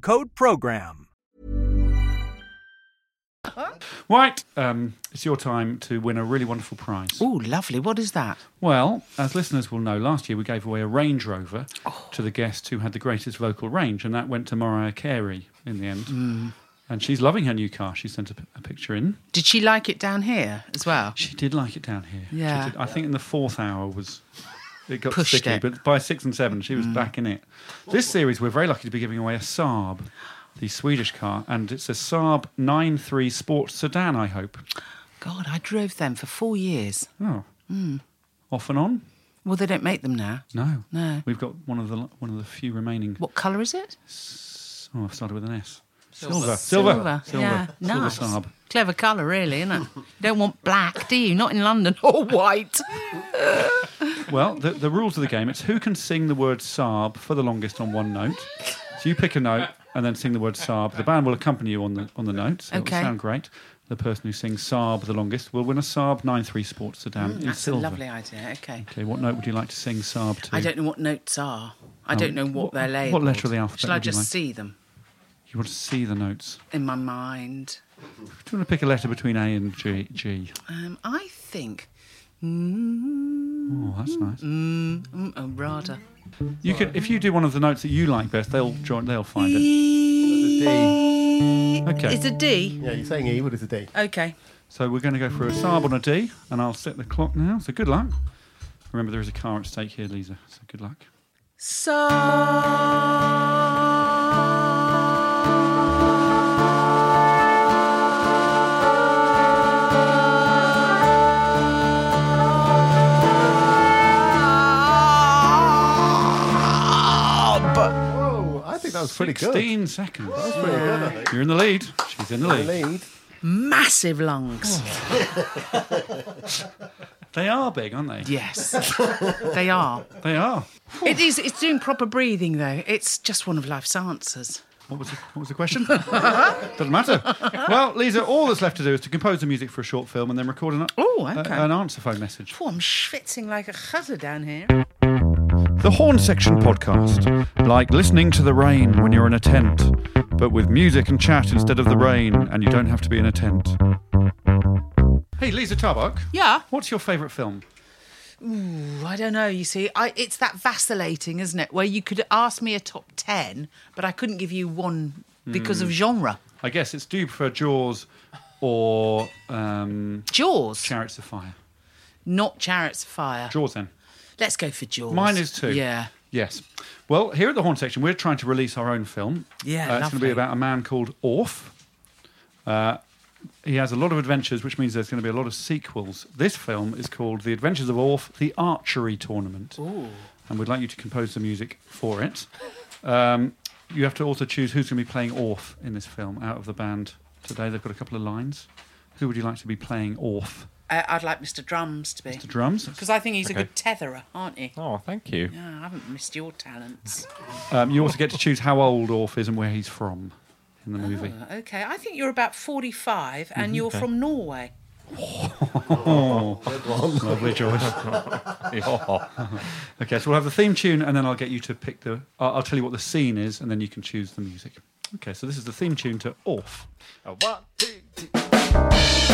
Speaker 7: code PROGRAM.
Speaker 1: Right, um, it's your time to win a really wonderful prize.
Speaker 8: Ooh, lovely. What is that?
Speaker 1: Well, as listeners will know, last year we gave away a Range Rover to the guest who had the greatest vocal range, and that went to Mariah Carey in the end. And she's loving her new car. She sent a, p- a picture in.
Speaker 5: Did she like it down here as well?
Speaker 1: She did like it down here. She
Speaker 5: Yeah.
Speaker 1: did. I think in the fourth hour was it got
Speaker 5: Pushed
Speaker 1: sticky,
Speaker 5: it. Mm.
Speaker 1: but by six and seven she was back in it. This series we're very lucky to be giving away a Saab, the Swedish car, and it's a Saab 9.3 Sport Sedan. I hope.
Speaker 5: God, I drove them for four years.
Speaker 1: Oh,
Speaker 5: Mm.
Speaker 1: off and on.
Speaker 5: Well, they don't make them now.
Speaker 1: No,
Speaker 5: No.
Speaker 1: We've got one of the one of the few remaining.
Speaker 5: What colour is it?
Speaker 1: Oh, I've started with an S. Silver,
Speaker 4: Silver.
Speaker 1: silver,
Speaker 5: Silver. Yeah,
Speaker 1: silver
Speaker 5: nice.
Speaker 1: Saab.
Speaker 5: Clever colour, really, isn't it? you don't want black, do you? Not in London. Or white.
Speaker 1: Well, the, the rules of the game it's who can sing the word Saab for the longest on one note. So you pick a note and then sing the word Saab. The band will accompany you on the on the note, so
Speaker 5: Okay.
Speaker 1: it'll sound great. The person who sings Saab the longest will win a Saab 93 Sports Sedan in
Speaker 5: Mm, That's a
Speaker 1: silver.
Speaker 5: lovely idea. Okay.
Speaker 1: Okay, what note would you like to sing Saab to?
Speaker 5: I don't know what notes are. I don't know what,
Speaker 1: what-
Speaker 5: they're
Speaker 1: Oh, what
Speaker 5: labelled.
Speaker 1: letter of the alphabet
Speaker 5: Shall I
Speaker 1: would you
Speaker 5: just
Speaker 1: like?
Speaker 5: see them
Speaker 1: You want to see the notes.
Speaker 5: in my mind?
Speaker 1: Do you want to pick a letter between A and G? G.
Speaker 5: Um, I think. Mm,
Speaker 1: Oh, that's nice.
Speaker 5: mm, oh, rather.
Speaker 1: You could, if you do one of the notes that you like best, they'll join. They'll find it.
Speaker 2: D.
Speaker 1: Okay.
Speaker 5: It's a D.
Speaker 2: Yeah, you're saying E, but it's a D.
Speaker 5: Okay.
Speaker 1: So we're going to go for a Saab on a D, and I'll set the clock now. So good luck. Remember, there is a car at stake here, Lisa. So good luck.
Speaker 2: Oh, I think that was pretty good.
Speaker 1: 16 seconds. You're in the lead. She's in the
Speaker 2: The
Speaker 1: lead.
Speaker 2: lead.
Speaker 5: Massive lungs.
Speaker 1: Oh. They are big, aren't they?
Speaker 5: Yes, they are.
Speaker 1: They are.
Speaker 5: It is. It's doing proper breathing though. It's just one of life's answers.
Speaker 1: What was the, what was the question? Doesn't matter. Well, Lisa, all that's left to do is to compose the music for a short film and then record an,
Speaker 5: Oh,
Speaker 1: a-
Speaker 5: okay.
Speaker 1: an answer phone message.
Speaker 5: Oh, I'm schwitzing like a chuzzer down here.
Speaker 1: The Horn Section Podcast. Like listening to the rain when you're in a tent, but with music and chat instead of the rain, and you don't have to be in a tent. Hey, Lisa Tarbuck.
Speaker 5: Yeah.
Speaker 1: What's your favourite film?
Speaker 5: Ooh, I don't know. You see, I, it's that vacillating, isn't it? Where you could ask me a top ten, but I couldn't give you one because
Speaker 1: Hmm.
Speaker 5: of genre.
Speaker 1: I guess it's do you prefer Jaws or um,
Speaker 5: Jaws,
Speaker 1: Chariots of Fire?
Speaker 5: not Chariots of Fire.
Speaker 1: Jaws, then.
Speaker 5: Let's go for Jaws.
Speaker 1: Mine is too.
Speaker 5: Yeah.
Speaker 1: Yes. Well, here at the Horn Section, we're trying to release our own film. Uh,
Speaker 5: Yeah,
Speaker 1: it's going to
Speaker 5: lovely.
Speaker 1: be about a man called Orf. Uh, he has a lot of adventures, which means there's going to be a lot of sequels. This film is called The Adventures of Orf, the Archery Tournament. Ooh. And we'd like you to compose the music for it. Um, you have to also choose who's going to be playing Orf in this film out of the band today. They've got a couple of lines. Who would you like to be playing Orf?
Speaker 5: I, Uh, I'd like Mr. Drums to be
Speaker 1: The drums?
Speaker 5: because I think he's a
Speaker 6: Okay.
Speaker 5: good tetherer, aren't he?
Speaker 6: Oh, thank you.
Speaker 5: Yeah, I haven't missed your talents.
Speaker 1: Um, you also get to choose how old Orf is and where he's from in the
Speaker 5: Oh.
Speaker 1: movie.
Speaker 5: Uh, Okay, I think you're about 45
Speaker 1: Mhm,
Speaker 5: and you're from Norway.
Speaker 1: Lovely, Joyce. okay, so we'll have the theme tune, and then I'll get you to pick the. I'll, I'll tell you what the scene is, and then you can choose the music. Okay, so this is the theme tune to Orf.
Speaker 6: A one, two, three.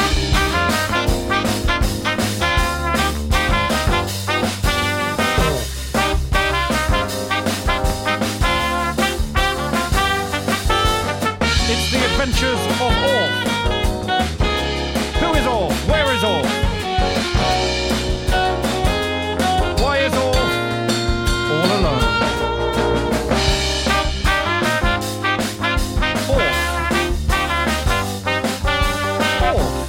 Speaker 1: It's the adventures of Orf. Who is Orf? Where is Orf? Why is Orf all alone? Orf. Orf.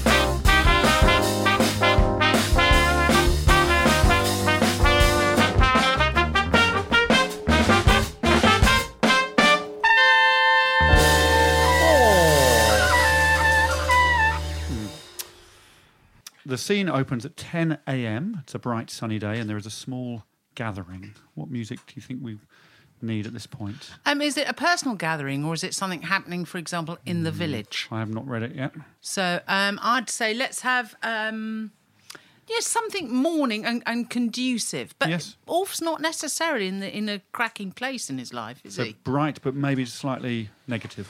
Speaker 1: the scene opens at 10 a.m. It's a bright, sunny day, and there is a small gathering. What music do you think we need at this point?
Speaker 5: Um, is it a personal gathering or is it something happening, for example, in
Speaker 1: Hmm.
Speaker 5: the village?
Speaker 1: I have not read it yet.
Speaker 5: So um, I'd say let's have um, yes something morning and, and conducive. But
Speaker 1: Yes.
Speaker 5: Orph's not necessarily in the in a cracking place in his life, is
Speaker 1: So
Speaker 5: he?
Speaker 1: bright, but maybe slightly negative.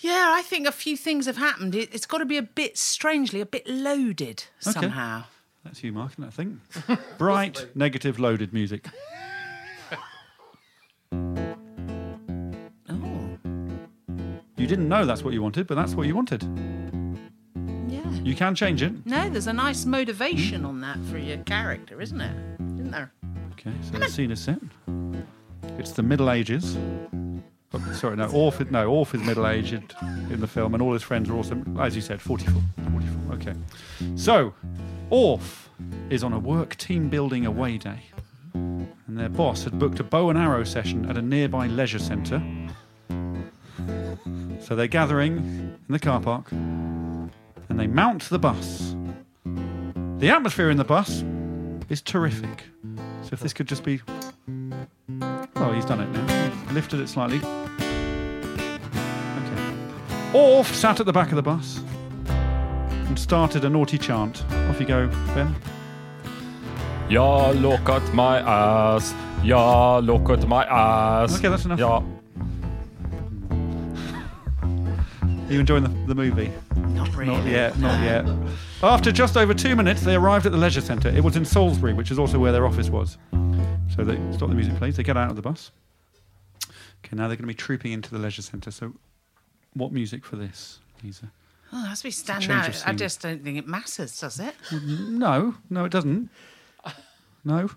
Speaker 5: Yeah, I think a few things have happened. It, it's got to be a bit strangely a bit loaded somehow.
Speaker 1: That's you, Mark, isn't it, I think. Bright, negative, loaded music.
Speaker 5: Oh,
Speaker 1: You didn't know that's what you wanted, but that's what you wanted.
Speaker 5: yeah.
Speaker 1: You can change it.
Speaker 5: No, there's a nice motivation on that for your character, isn't it? Isn't there?
Speaker 1: Okay, so the scene is set. It's the Middle Ages. Oh, sorry, no, Orph, no, Orph is middle aged in the film, and all his friends are also, as you said, 44. 44 okay. So, Orph is on a work team building away day, and their boss had booked a bow and arrow session at a nearby leisure centre. So they're gathering in the car park, and they mount the bus. The atmosphere in the bus is terrific. So if this could just be. Oh, he's done it now. He's lifted it slightly. Okay. Orf sat at the back of the bus and started a naughty chant. Off you go, Ben.
Speaker 6: Yeah, look at my ass. Yeah, look at my ass.
Speaker 1: Okay, that's enough.
Speaker 6: Yeah.
Speaker 1: Are you enjoying the, the movie?
Speaker 5: Not really.
Speaker 1: Not yet, not yet. After just over two minutes, they arrived at the leisure centre. It was in Salisbury, which is also where their office was. So they stop the music plays, they get out of the bus. Okay, now they're going to be trooping into the leisure centre. So, what music for this, Lisa?
Speaker 5: Oh, as we stand
Speaker 1: change
Speaker 5: now,
Speaker 1: of
Speaker 5: I
Speaker 1: scene.
Speaker 5: just don't think it matters, does it?
Speaker 1: No, no, it doesn't. No.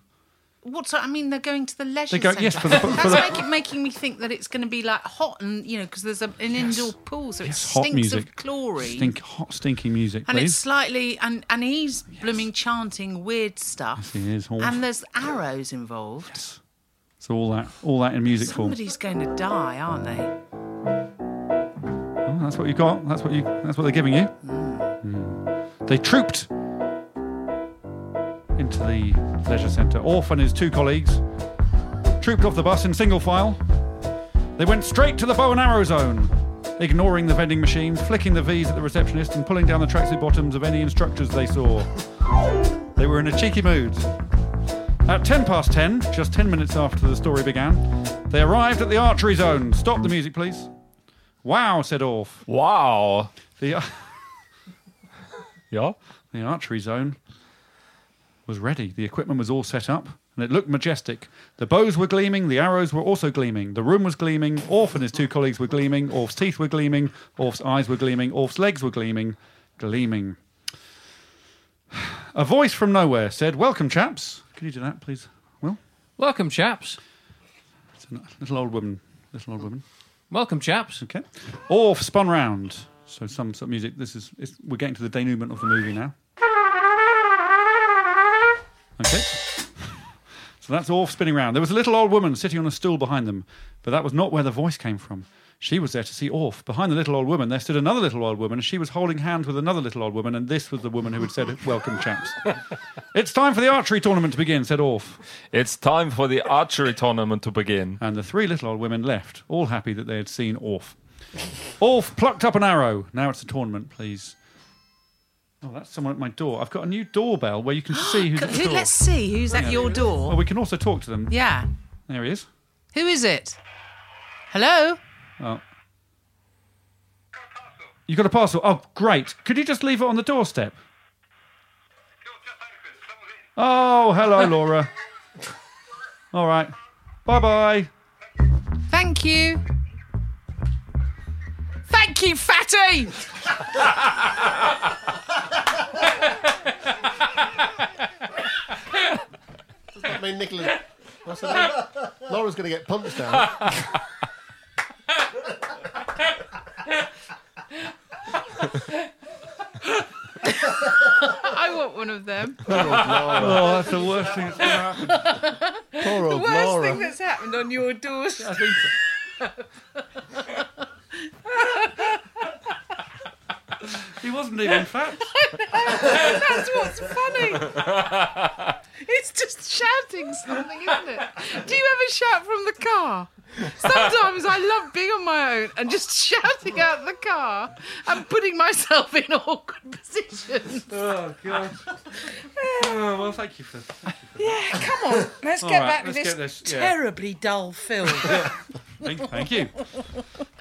Speaker 5: What's I mean? They're going to the leisure.
Speaker 1: They go-
Speaker 5: centre.
Speaker 1: yes, for the- for
Speaker 5: That's
Speaker 1: the-
Speaker 5: making, making me think that it's going to be like hot and you know because there's a, an indoor pool, so it
Speaker 1: Yes, hot
Speaker 5: stinks
Speaker 1: music.
Speaker 5: of chlorine.
Speaker 1: Stink, hot, stinky music,
Speaker 5: and it's
Speaker 1: please.
Speaker 5: slightly and and he's blooming chanting weird stuff.
Speaker 1: Yes, he is, horse.
Speaker 5: And there's arrows involved.
Speaker 1: So all that, all that in music form.
Speaker 5: Somebody's going to die, aren't they?
Speaker 1: Oh, that's what you got. That's what you. That's what they're giving you. Hmm. They trooped into the leisure centre. Orph and his two colleagues trooped off the bus in single file. They went straight to the bow and arrow zone, ignoring the vending machines, flicking the V's at the receptionist, and pulling down the tracksuit bottoms of any instructors they saw. They were in a cheeky mood. At 10 past 10, just 10 minutes after the story began, they arrived at the archery zone. Stop the music, please. Wow, said Orph.
Speaker 6: Wow.
Speaker 1: The,
Speaker 6: Yeah.
Speaker 1: the archery zone was ready. The equipment was all set up, and it looked majestic. The bows were gleaming, the arrows were also gleaming, the room was gleaming, Orph and his two colleagues were gleaming, Orph's teeth were gleaming, Orph's eyes were gleaming, Orph's legs were gleaming, gleaming. A voice from nowhere said, Welcome, chaps. Could you do that, please, Will?
Speaker 4: Welcome, chaps.
Speaker 1: It's a little old woman. Little old woman.
Speaker 4: Welcome, chaps.
Speaker 1: Okay. Orph spun round. So some sort of music. This is it's, we're getting to the denouement of the movie now. Okay. So that's Orph spinning round. There was a little old woman sitting on a stool behind them, but that was not where the voice came from. She was there to see Orph. Behind the little old woman, there stood another little old woman, and she was holding hands with another little old woman, and this was the woman who had said, Welcome, chaps. it's time for the archery tournament to begin, said Orph.
Speaker 6: It's time for the archery tournament to begin.
Speaker 1: and the three little old women left, all happy that they had seen Orf. Orf plucked up an arrow. Now it's a tournament, please. Oh, that's someone at my door. I've got a new doorbell where you can see who's at the
Speaker 5: Who,
Speaker 1: door.
Speaker 5: let's see who's at your
Speaker 1: Oh,
Speaker 5: door.
Speaker 1: we can also talk to them.
Speaker 5: Yeah.
Speaker 1: There he is.
Speaker 5: Who is it? Hello.
Speaker 1: Oh. You got a parcel? Oh, great. Could you just leave it on the doorstep? Oh, hello, Laura. All right. Bye bye.
Speaker 5: Thank you. Thank you, Fatty.
Speaker 2: I mean, Nicholas. What's her name? Laura's going to get punched now.
Speaker 5: I want one of them.
Speaker 1: Oh, that's the worst thing that's ever happened.
Speaker 2: Poor old
Speaker 5: Worst
Speaker 2: Laura.
Speaker 5: thing that's happened on your doorstep.
Speaker 1: I think so. He wasn't even fat.
Speaker 5: That's what's funny. It's just shouting something, isn't it? Do you ever shout from the car? Sometimes I love being on my own and just shouting out the car and putting myself in awkward positions.
Speaker 1: Oh god. Oh, well, thank you for. Thank you
Speaker 8: Come on, let's
Speaker 1: All
Speaker 8: get
Speaker 1: right,
Speaker 8: back to
Speaker 1: let's
Speaker 8: this,
Speaker 1: get this, yeah.
Speaker 8: terribly dull film.
Speaker 1: Thank, thank you.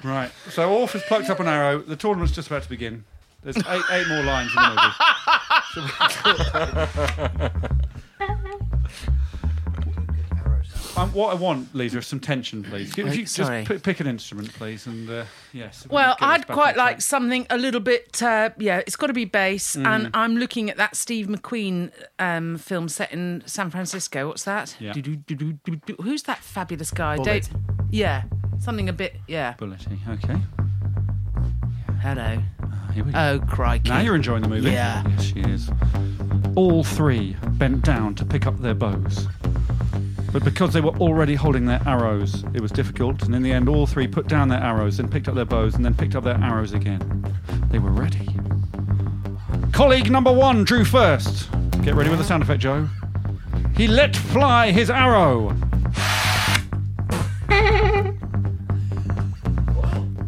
Speaker 1: Right. So Orpheus plucked up an arrow. The tournament's just about to begin. There's eight, eight more lines in the movie. Um, what I want, Lisa, is some tension, please. If you could
Speaker 8: sorry.
Speaker 1: just p- pick an instrument, please, and uh, yes. if we
Speaker 8: Well,
Speaker 1: can get us
Speaker 8: I'd
Speaker 1: back
Speaker 8: quite
Speaker 1: on track.
Speaker 8: like something a little bit, uh, yeah, it's got to be bass.
Speaker 1: Mm.
Speaker 8: And I'm looking at that Steve McQueen um, film set in San Francisco. What's that?
Speaker 1: Yeah.
Speaker 8: Do-do-do-do-do-do. Who's that fabulous guy?
Speaker 4: Bullet.
Speaker 8: Don't- yeah, something a bit, yeah.
Speaker 1: Bulletin. Okay.
Speaker 8: Hello.
Speaker 1: Here we go.
Speaker 8: Oh, crikey.
Speaker 1: Now you're enjoying the movie.
Speaker 8: Yeah.
Speaker 1: Yes, she is. All three bent down to pick up their bows. But because they were already holding their arrows, it was difficult, and in the end, all three put down their arrows, then picked up their bows, and then picked up their arrows again. They were ready. Colleague number one drew first. Get ready with the sound effect, Joe. He let fly his arrow.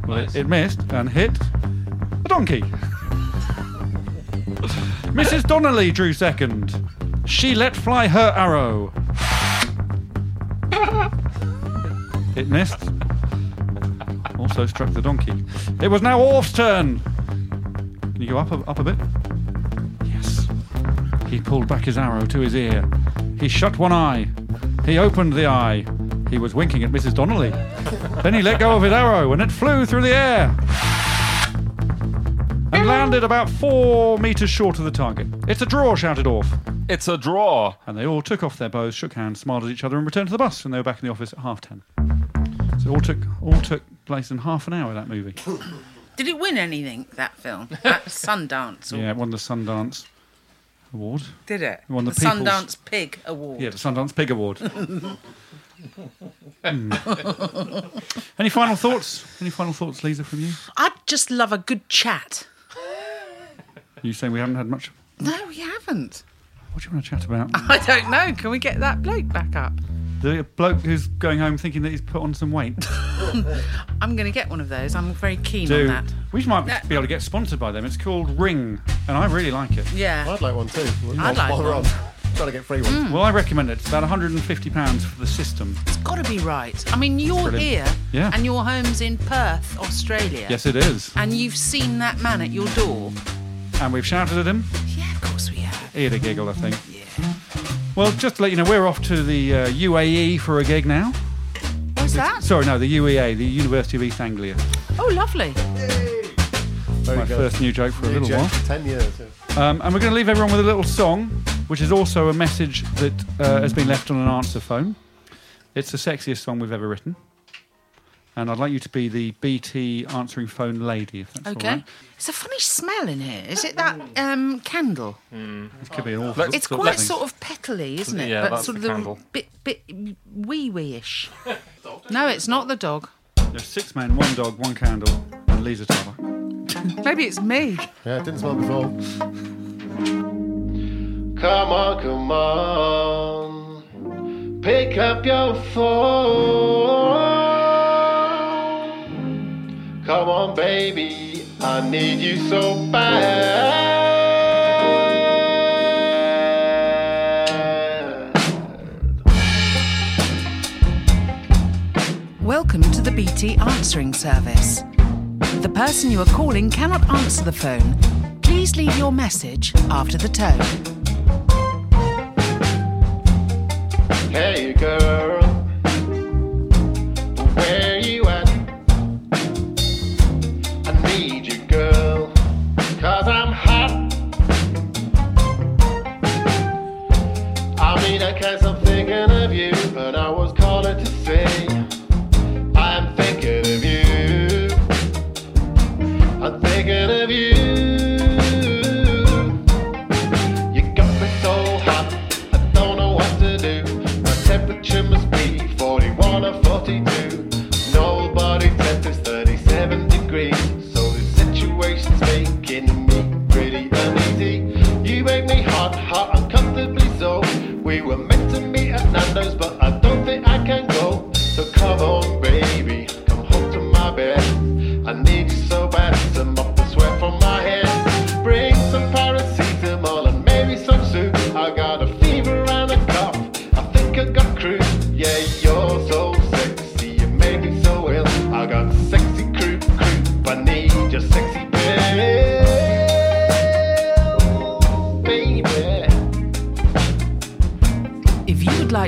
Speaker 1: well, it, it missed and hit a donkey. Mrs. Donnelly drew second. She let fly her arrow. It missed. Also struck the donkey. It was now Orf's turn. Can you go up a, up a bit? Yes. He pulled back his arrow to his ear. He shut one eye. He opened the eye. He was winking at Mrs. Donnelly. then he let go of his arrow and it flew through the air and landed about four metres short of the target. It's a draw, shouted Orf.
Speaker 6: It's a draw.
Speaker 1: And they all took off their bows, shook hands, smiled at each other, and returned to the bus. And they were back in the office at half ten. So it all took all took place in half an hour. That movie.
Speaker 5: Did it win anything, that film? That Sundance? Or,
Speaker 1: Yeah, it won the Sundance Award.
Speaker 5: Did it?
Speaker 1: It won the People's-
Speaker 5: Sundance Pig Award.
Speaker 1: Yeah, the Sundance Pig Award. Hmm. Any final thoughts? Any final thoughts, Lisa, from you?
Speaker 5: I'd just love a good chat.
Speaker 1: You saying we haven't had much?
Speaker 5: No, we haven't.
Speaker 1: What do you want to chat about?
Speaker 5: I don't know. Can we get that bloke back up?
Speaker 1: the bloke who's going home thinking that he's put on some weight.
Speaker 5: I'm going to get one of those. I'm very keen
Speaker 1: do.
Speaker 5: on that.
Speaker 1: We might be able to get sponsored by them. It's called Ring, and I really like it.
Speaker 5: Yeah.
Speaker 2: I'd like one too.
Speaker 5: I'd like
Speaker 2: While we're
Speaker 5: one. Mm.
Speaker 2: on. Trying to get free
Speaker 5: Hmm.
Speaker 2: ones.
Speaker 1: Well, I recommend it. It's about 150 pounds for the system.
Speaker 5: It's got to be right. I mean, you're here
Speaker 1: brilliant. Yeah.
Speaker 5: and your home's in Perth, Australia.
Speaker 1: Yes, it is.
Speaker 5: And you've seen that man at your door.
Speaker 1: And we've shouted at him.
Speaker 5: Yeah, of course we have.
Speaker 1: He had a giggle, I think. Yeah. Well, just to let you know, we're off to the uh, UAE for a gig now.
Speaker 5: What's that?
Speaker 1: Sorry, no, the UEA, the University of East Anglia.
Speaker 5: Oh, lovely.
Speaker 2: There
Speaker 1: My
Speaker 2: you go.
Speaker 1: first new joke for a
Speaker 2: New
Speaker 1: little
Speaker 2: joke, Ten years. yeah.
Speaker 1: while. Um, and we're going to leave everyone with a little song, which is also a message that uh, has been left on an answer phone. It's the sexiest song we've ever written. And I'd like you to be the BT answering phone lady, if that's
Speaker 5: Okay.
Speaker 1: all right.
Speaker 5: It's a funny smell in here. Is it that um, candle?
Speaker 1: It could be an awful.
Speaker 6: Let's-
Speaker 5: It's
Speaker 6: Sort of
Speaker 5: quite
Speaker 6: thing.
Speaker 5: sort of petally, isn't it?
Speaker 6: Yeah,
Speaker 5: but
Speaker 6: that's
Speaker 5: sort
Speaker 6: the
Speaker 5: of
Speaker 6: candle.
Speaker 5: bit bit wee wee ish. no, it's not the dog.
Speaker 1: There's six men, one dog, one candle, and Lisa Tarver.
Speaker 5: Maybe it's me.
Speaker 2: Yeah, it didn't smell before. Come on, come on. Pick up your phone. Come on, baby. I need you so bad.
Speaker 5: Welcome to the BT answering service. The person you are calling cannot answer the phone. Please leave your message after the tone.
Speaker 2: Hey girl, where you at? I need you, girl, cause I'm hot. I mean, I guess I'm thinking of you, but I was calling to say I'm thinking of you. I'm thinking of you. You got me so hot, I don't know what to do. My temperature must be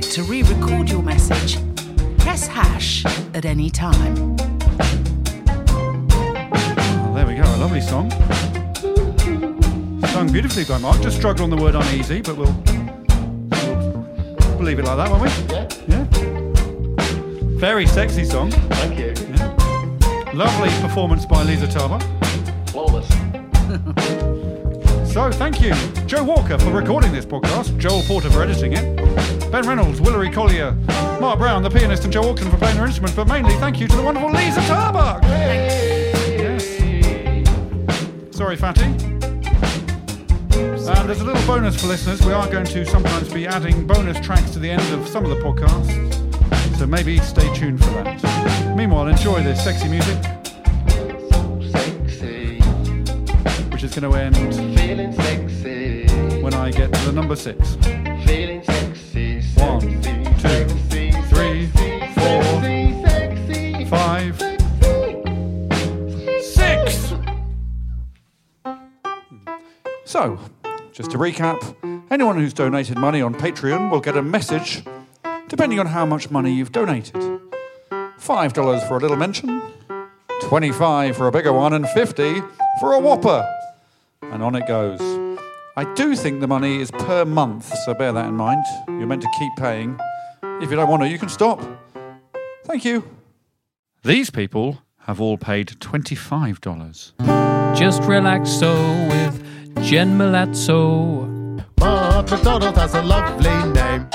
Speaker 5: to re record your message, press hash at any time.
Speaker 1: Well, Oh, there we go, a lovely song. Sung beautifully by Mark. Just struggle on the word uneasy, but we'll, we'll leave it like that, won't we?
Speaker 2: Yeah,
Speaker 1: Yeah. Very sexy song.
Speaker 2: thank you.
Speaker 1: Lovely performance by Lisa Tarver.
Speaker 2: Flawless.
Speaker 1: So thank you, Joe Walker, for recording this podcast, Joel Porter for editing it, Ben Reynolds, Willery Collier, Mark Brown, the pianist, and Joe Auckland for playing their instruments. But mainly, thank you to the wonderful Lisa Tarbuck. Yes. Sorry, Fatty. And there's a little bonus for listeners. We are going to sometimes be adding bonus tracks to the end of some of the podcasts. So maybe stay tuned for that. Meanwhile, enjoy this sexy music,
Speaker 2: So sexy.
Speaker 1: which is going to end
Speaker 2: Feeling sexy.
Speaker 1: when I get to the number six.
Speaker 2: Feeling sexy.
Speaker 1: One,
Speaker 2: Sexy.
Speaker 1: two,
Speaker 2: sexy,
Speaker 1: three,
Speaker 2: sexy,
Speaker 1: four,
Speaker 2: Sexy. Sexy.
Speaker 1: Five.
Speaker 2: Sexy.
Speaker 1: six. So, just to recap, anyone who's donated money on Patreon will get a message depending on how much money you've donated. $5 for a little mention, 25 for a bigger one, and 50 for a whopper. And on it goes. I do think the money is per month, so bear that in mind. You're meant to keep paying. If you don't want to, you can stop. Thank you. These people have all paid $25.
Speaker 4: Just relaxo with Jen Malazzo.
Speaker 2: Mark McDonald has a lovely name.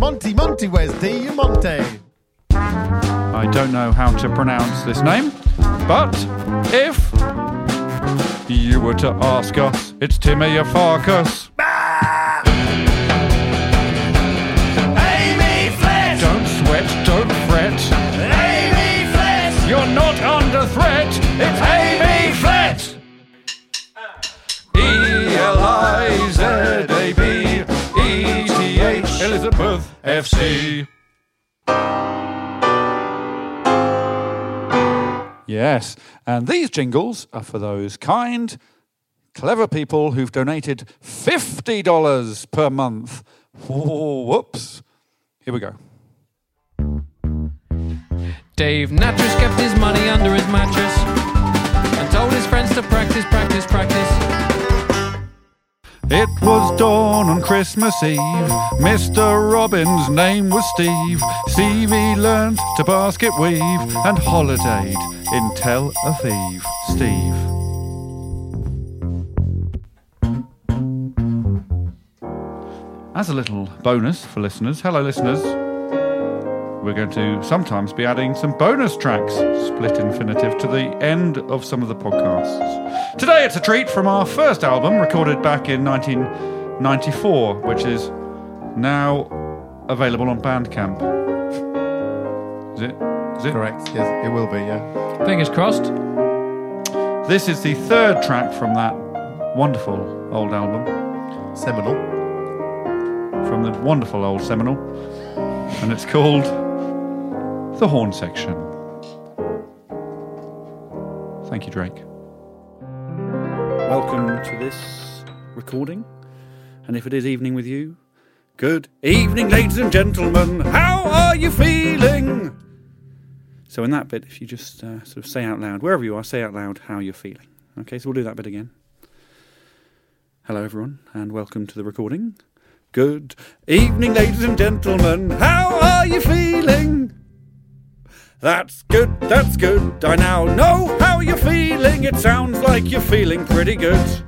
Speaker 2: Monty, Monty, where's Monte?
Speaker 1: I don't know how to pronounce this name, but if you were to ask us, it's Timmy Farkas.
Speaker 9: Amy Fletch!
Speaker 1: Don't sweat, don't fret.
Speaker 9: Amy Fletch!
Speaker 1: You're not under threat. It's Amy Flat. E L I Z A B E T H Elizabeth F C. Yes, and these jingles are for those kind, clever people who've donated fifty dollars per month. Whoa, whoops! Here we go.
Speaker 4: Dave Natras kept his money under his mattress and told his friends to practice, practice, practice.
Speaker 1: It was dawn on Christmas Eve. Mr. Robin's name was Steve. Stevie learned to basket weave and holidayed in Tel Aviv. Steve. As a little bonus for listeners, hello listeners. We're going to sometimes be adding some bonus tracks, split infinitive, to the end of some of the podcasts. Today it's a treat from our first album, recorded back in 1994, which is now available on Bandcamp. Is it? Is it?
Speaker 2: Correct, yes, it will be, yeah.
Speaker 4: Fingers crossed.
Speaker 1: This is the third track from that wonderful old album,
Speaker 2: Seminal.
Speaker 1: from the wonderful old Seminole, and it's called The Horn Section. Thank you, Drake. Welcome to this recording, and if it is evening with you, good evening, ladies and gentlemen. How are you feeling? So, in that bit, if you just uh, sort of say out loud, wherever you are, say out loud how you're feeling. Okay, so we'll do that bit again. Hello, everyone, and welcome to the recording. Good evening, ladies and gentlemen. How are you feeling? That's good, that's good. I now know how you're feeling. It sounds like you're feeling pretty good.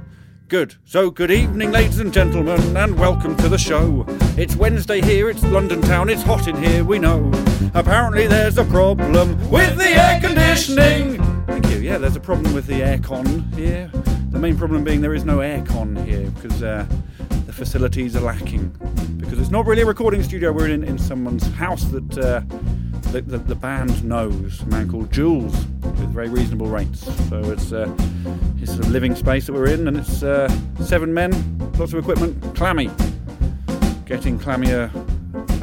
Speaker 1: Good. So, good evening, ladies and gentlemen, and welcome to the show. It's Wednesday here, it's London town, it's hot in here, we know. Apparently, there's a problem with the air conditioning. Thank you. Yeah, there's a problem with the aircon here. The main problem being there is no aircon here because uh, the facilities are lacking. Because it's not really a recording studio, we're in, in someone's house that. Uh, the, the, the band knows a man called Jules with very reasonable rates. So it's uh, his sort of living space that we're in, and it's uh, seven men, lots of equipment, clammy, getting clammier.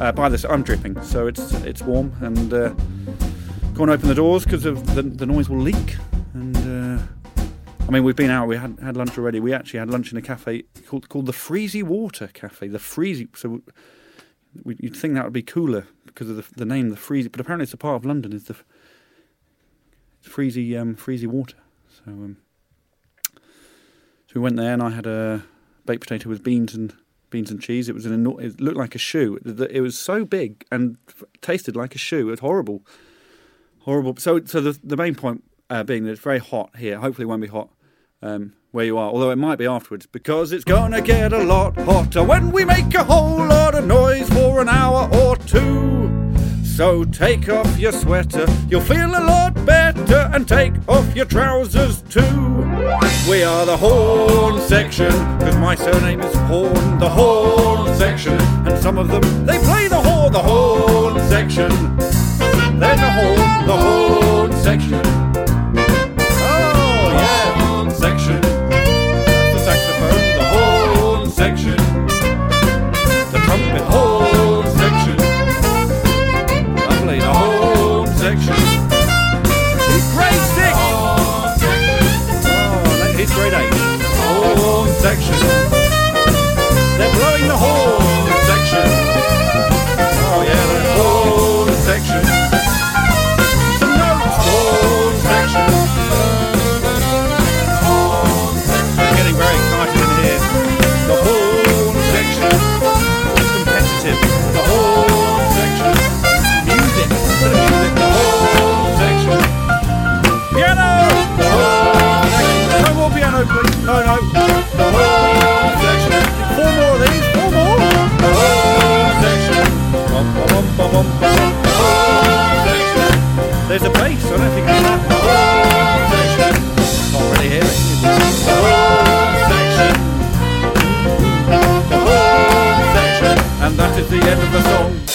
Speaker 1: Uh, by this, I'm dripping, so it's it's warm, and uh, can't open the doors because of the, the noise will leak. And uh, I mean, we've been out. We had had lunch already. We actually had lunch in a cafe called called the Freezy Water Cafe. The Freezy. So We, you'd think that would be cooler because of the, the name, the Freezy. But apparently, it's a part of London. Is the f- Freezy um, Freezy water. So, um, so we went there, and I had a baked potato with beans and beans and cheese. It was an enor- it looked like a shoe. The- the- It was so big and f- tasted like a shoe. It was horrible, horrible. So, so the the main point uh, being that it's very hot here. Hopefully, it won't be hot um, where you are. Although it might be afterwards because it's gonna get a lot hotter when we make a whole lot of noise for an hour or two. So take off your sweater, you'll feel a lot better, and take off your trousers too. We are the Horn Section, because my surname is Horn, the Horn Section. And some of them, they play the Horn, the Horn Section. They're the Horn, the Horn Section. Oh, yeah, Horn Section. That's the saxophone, the Horn Section. The trumpet, Horn Section. Lovely, the whole section. He's grade six. Oh, that- he's grade eight. Horn section. They're blowing the horn section. Oh yeah, the horn section. Some notes. Horn section. We're getting very excited in here. The horn section. It's competitive. The horn section. Music. The music. The horn section. Piano. The horn section. No more piano, please. No, no. The horn section. Four more of these. Four more. The horn section. Bum, bum, bum, bum, bum, bum. The horn section. There's a bass. I don't think I have the horn section. Can't really hear it. The horn section. The horn section. And that is the end of the song.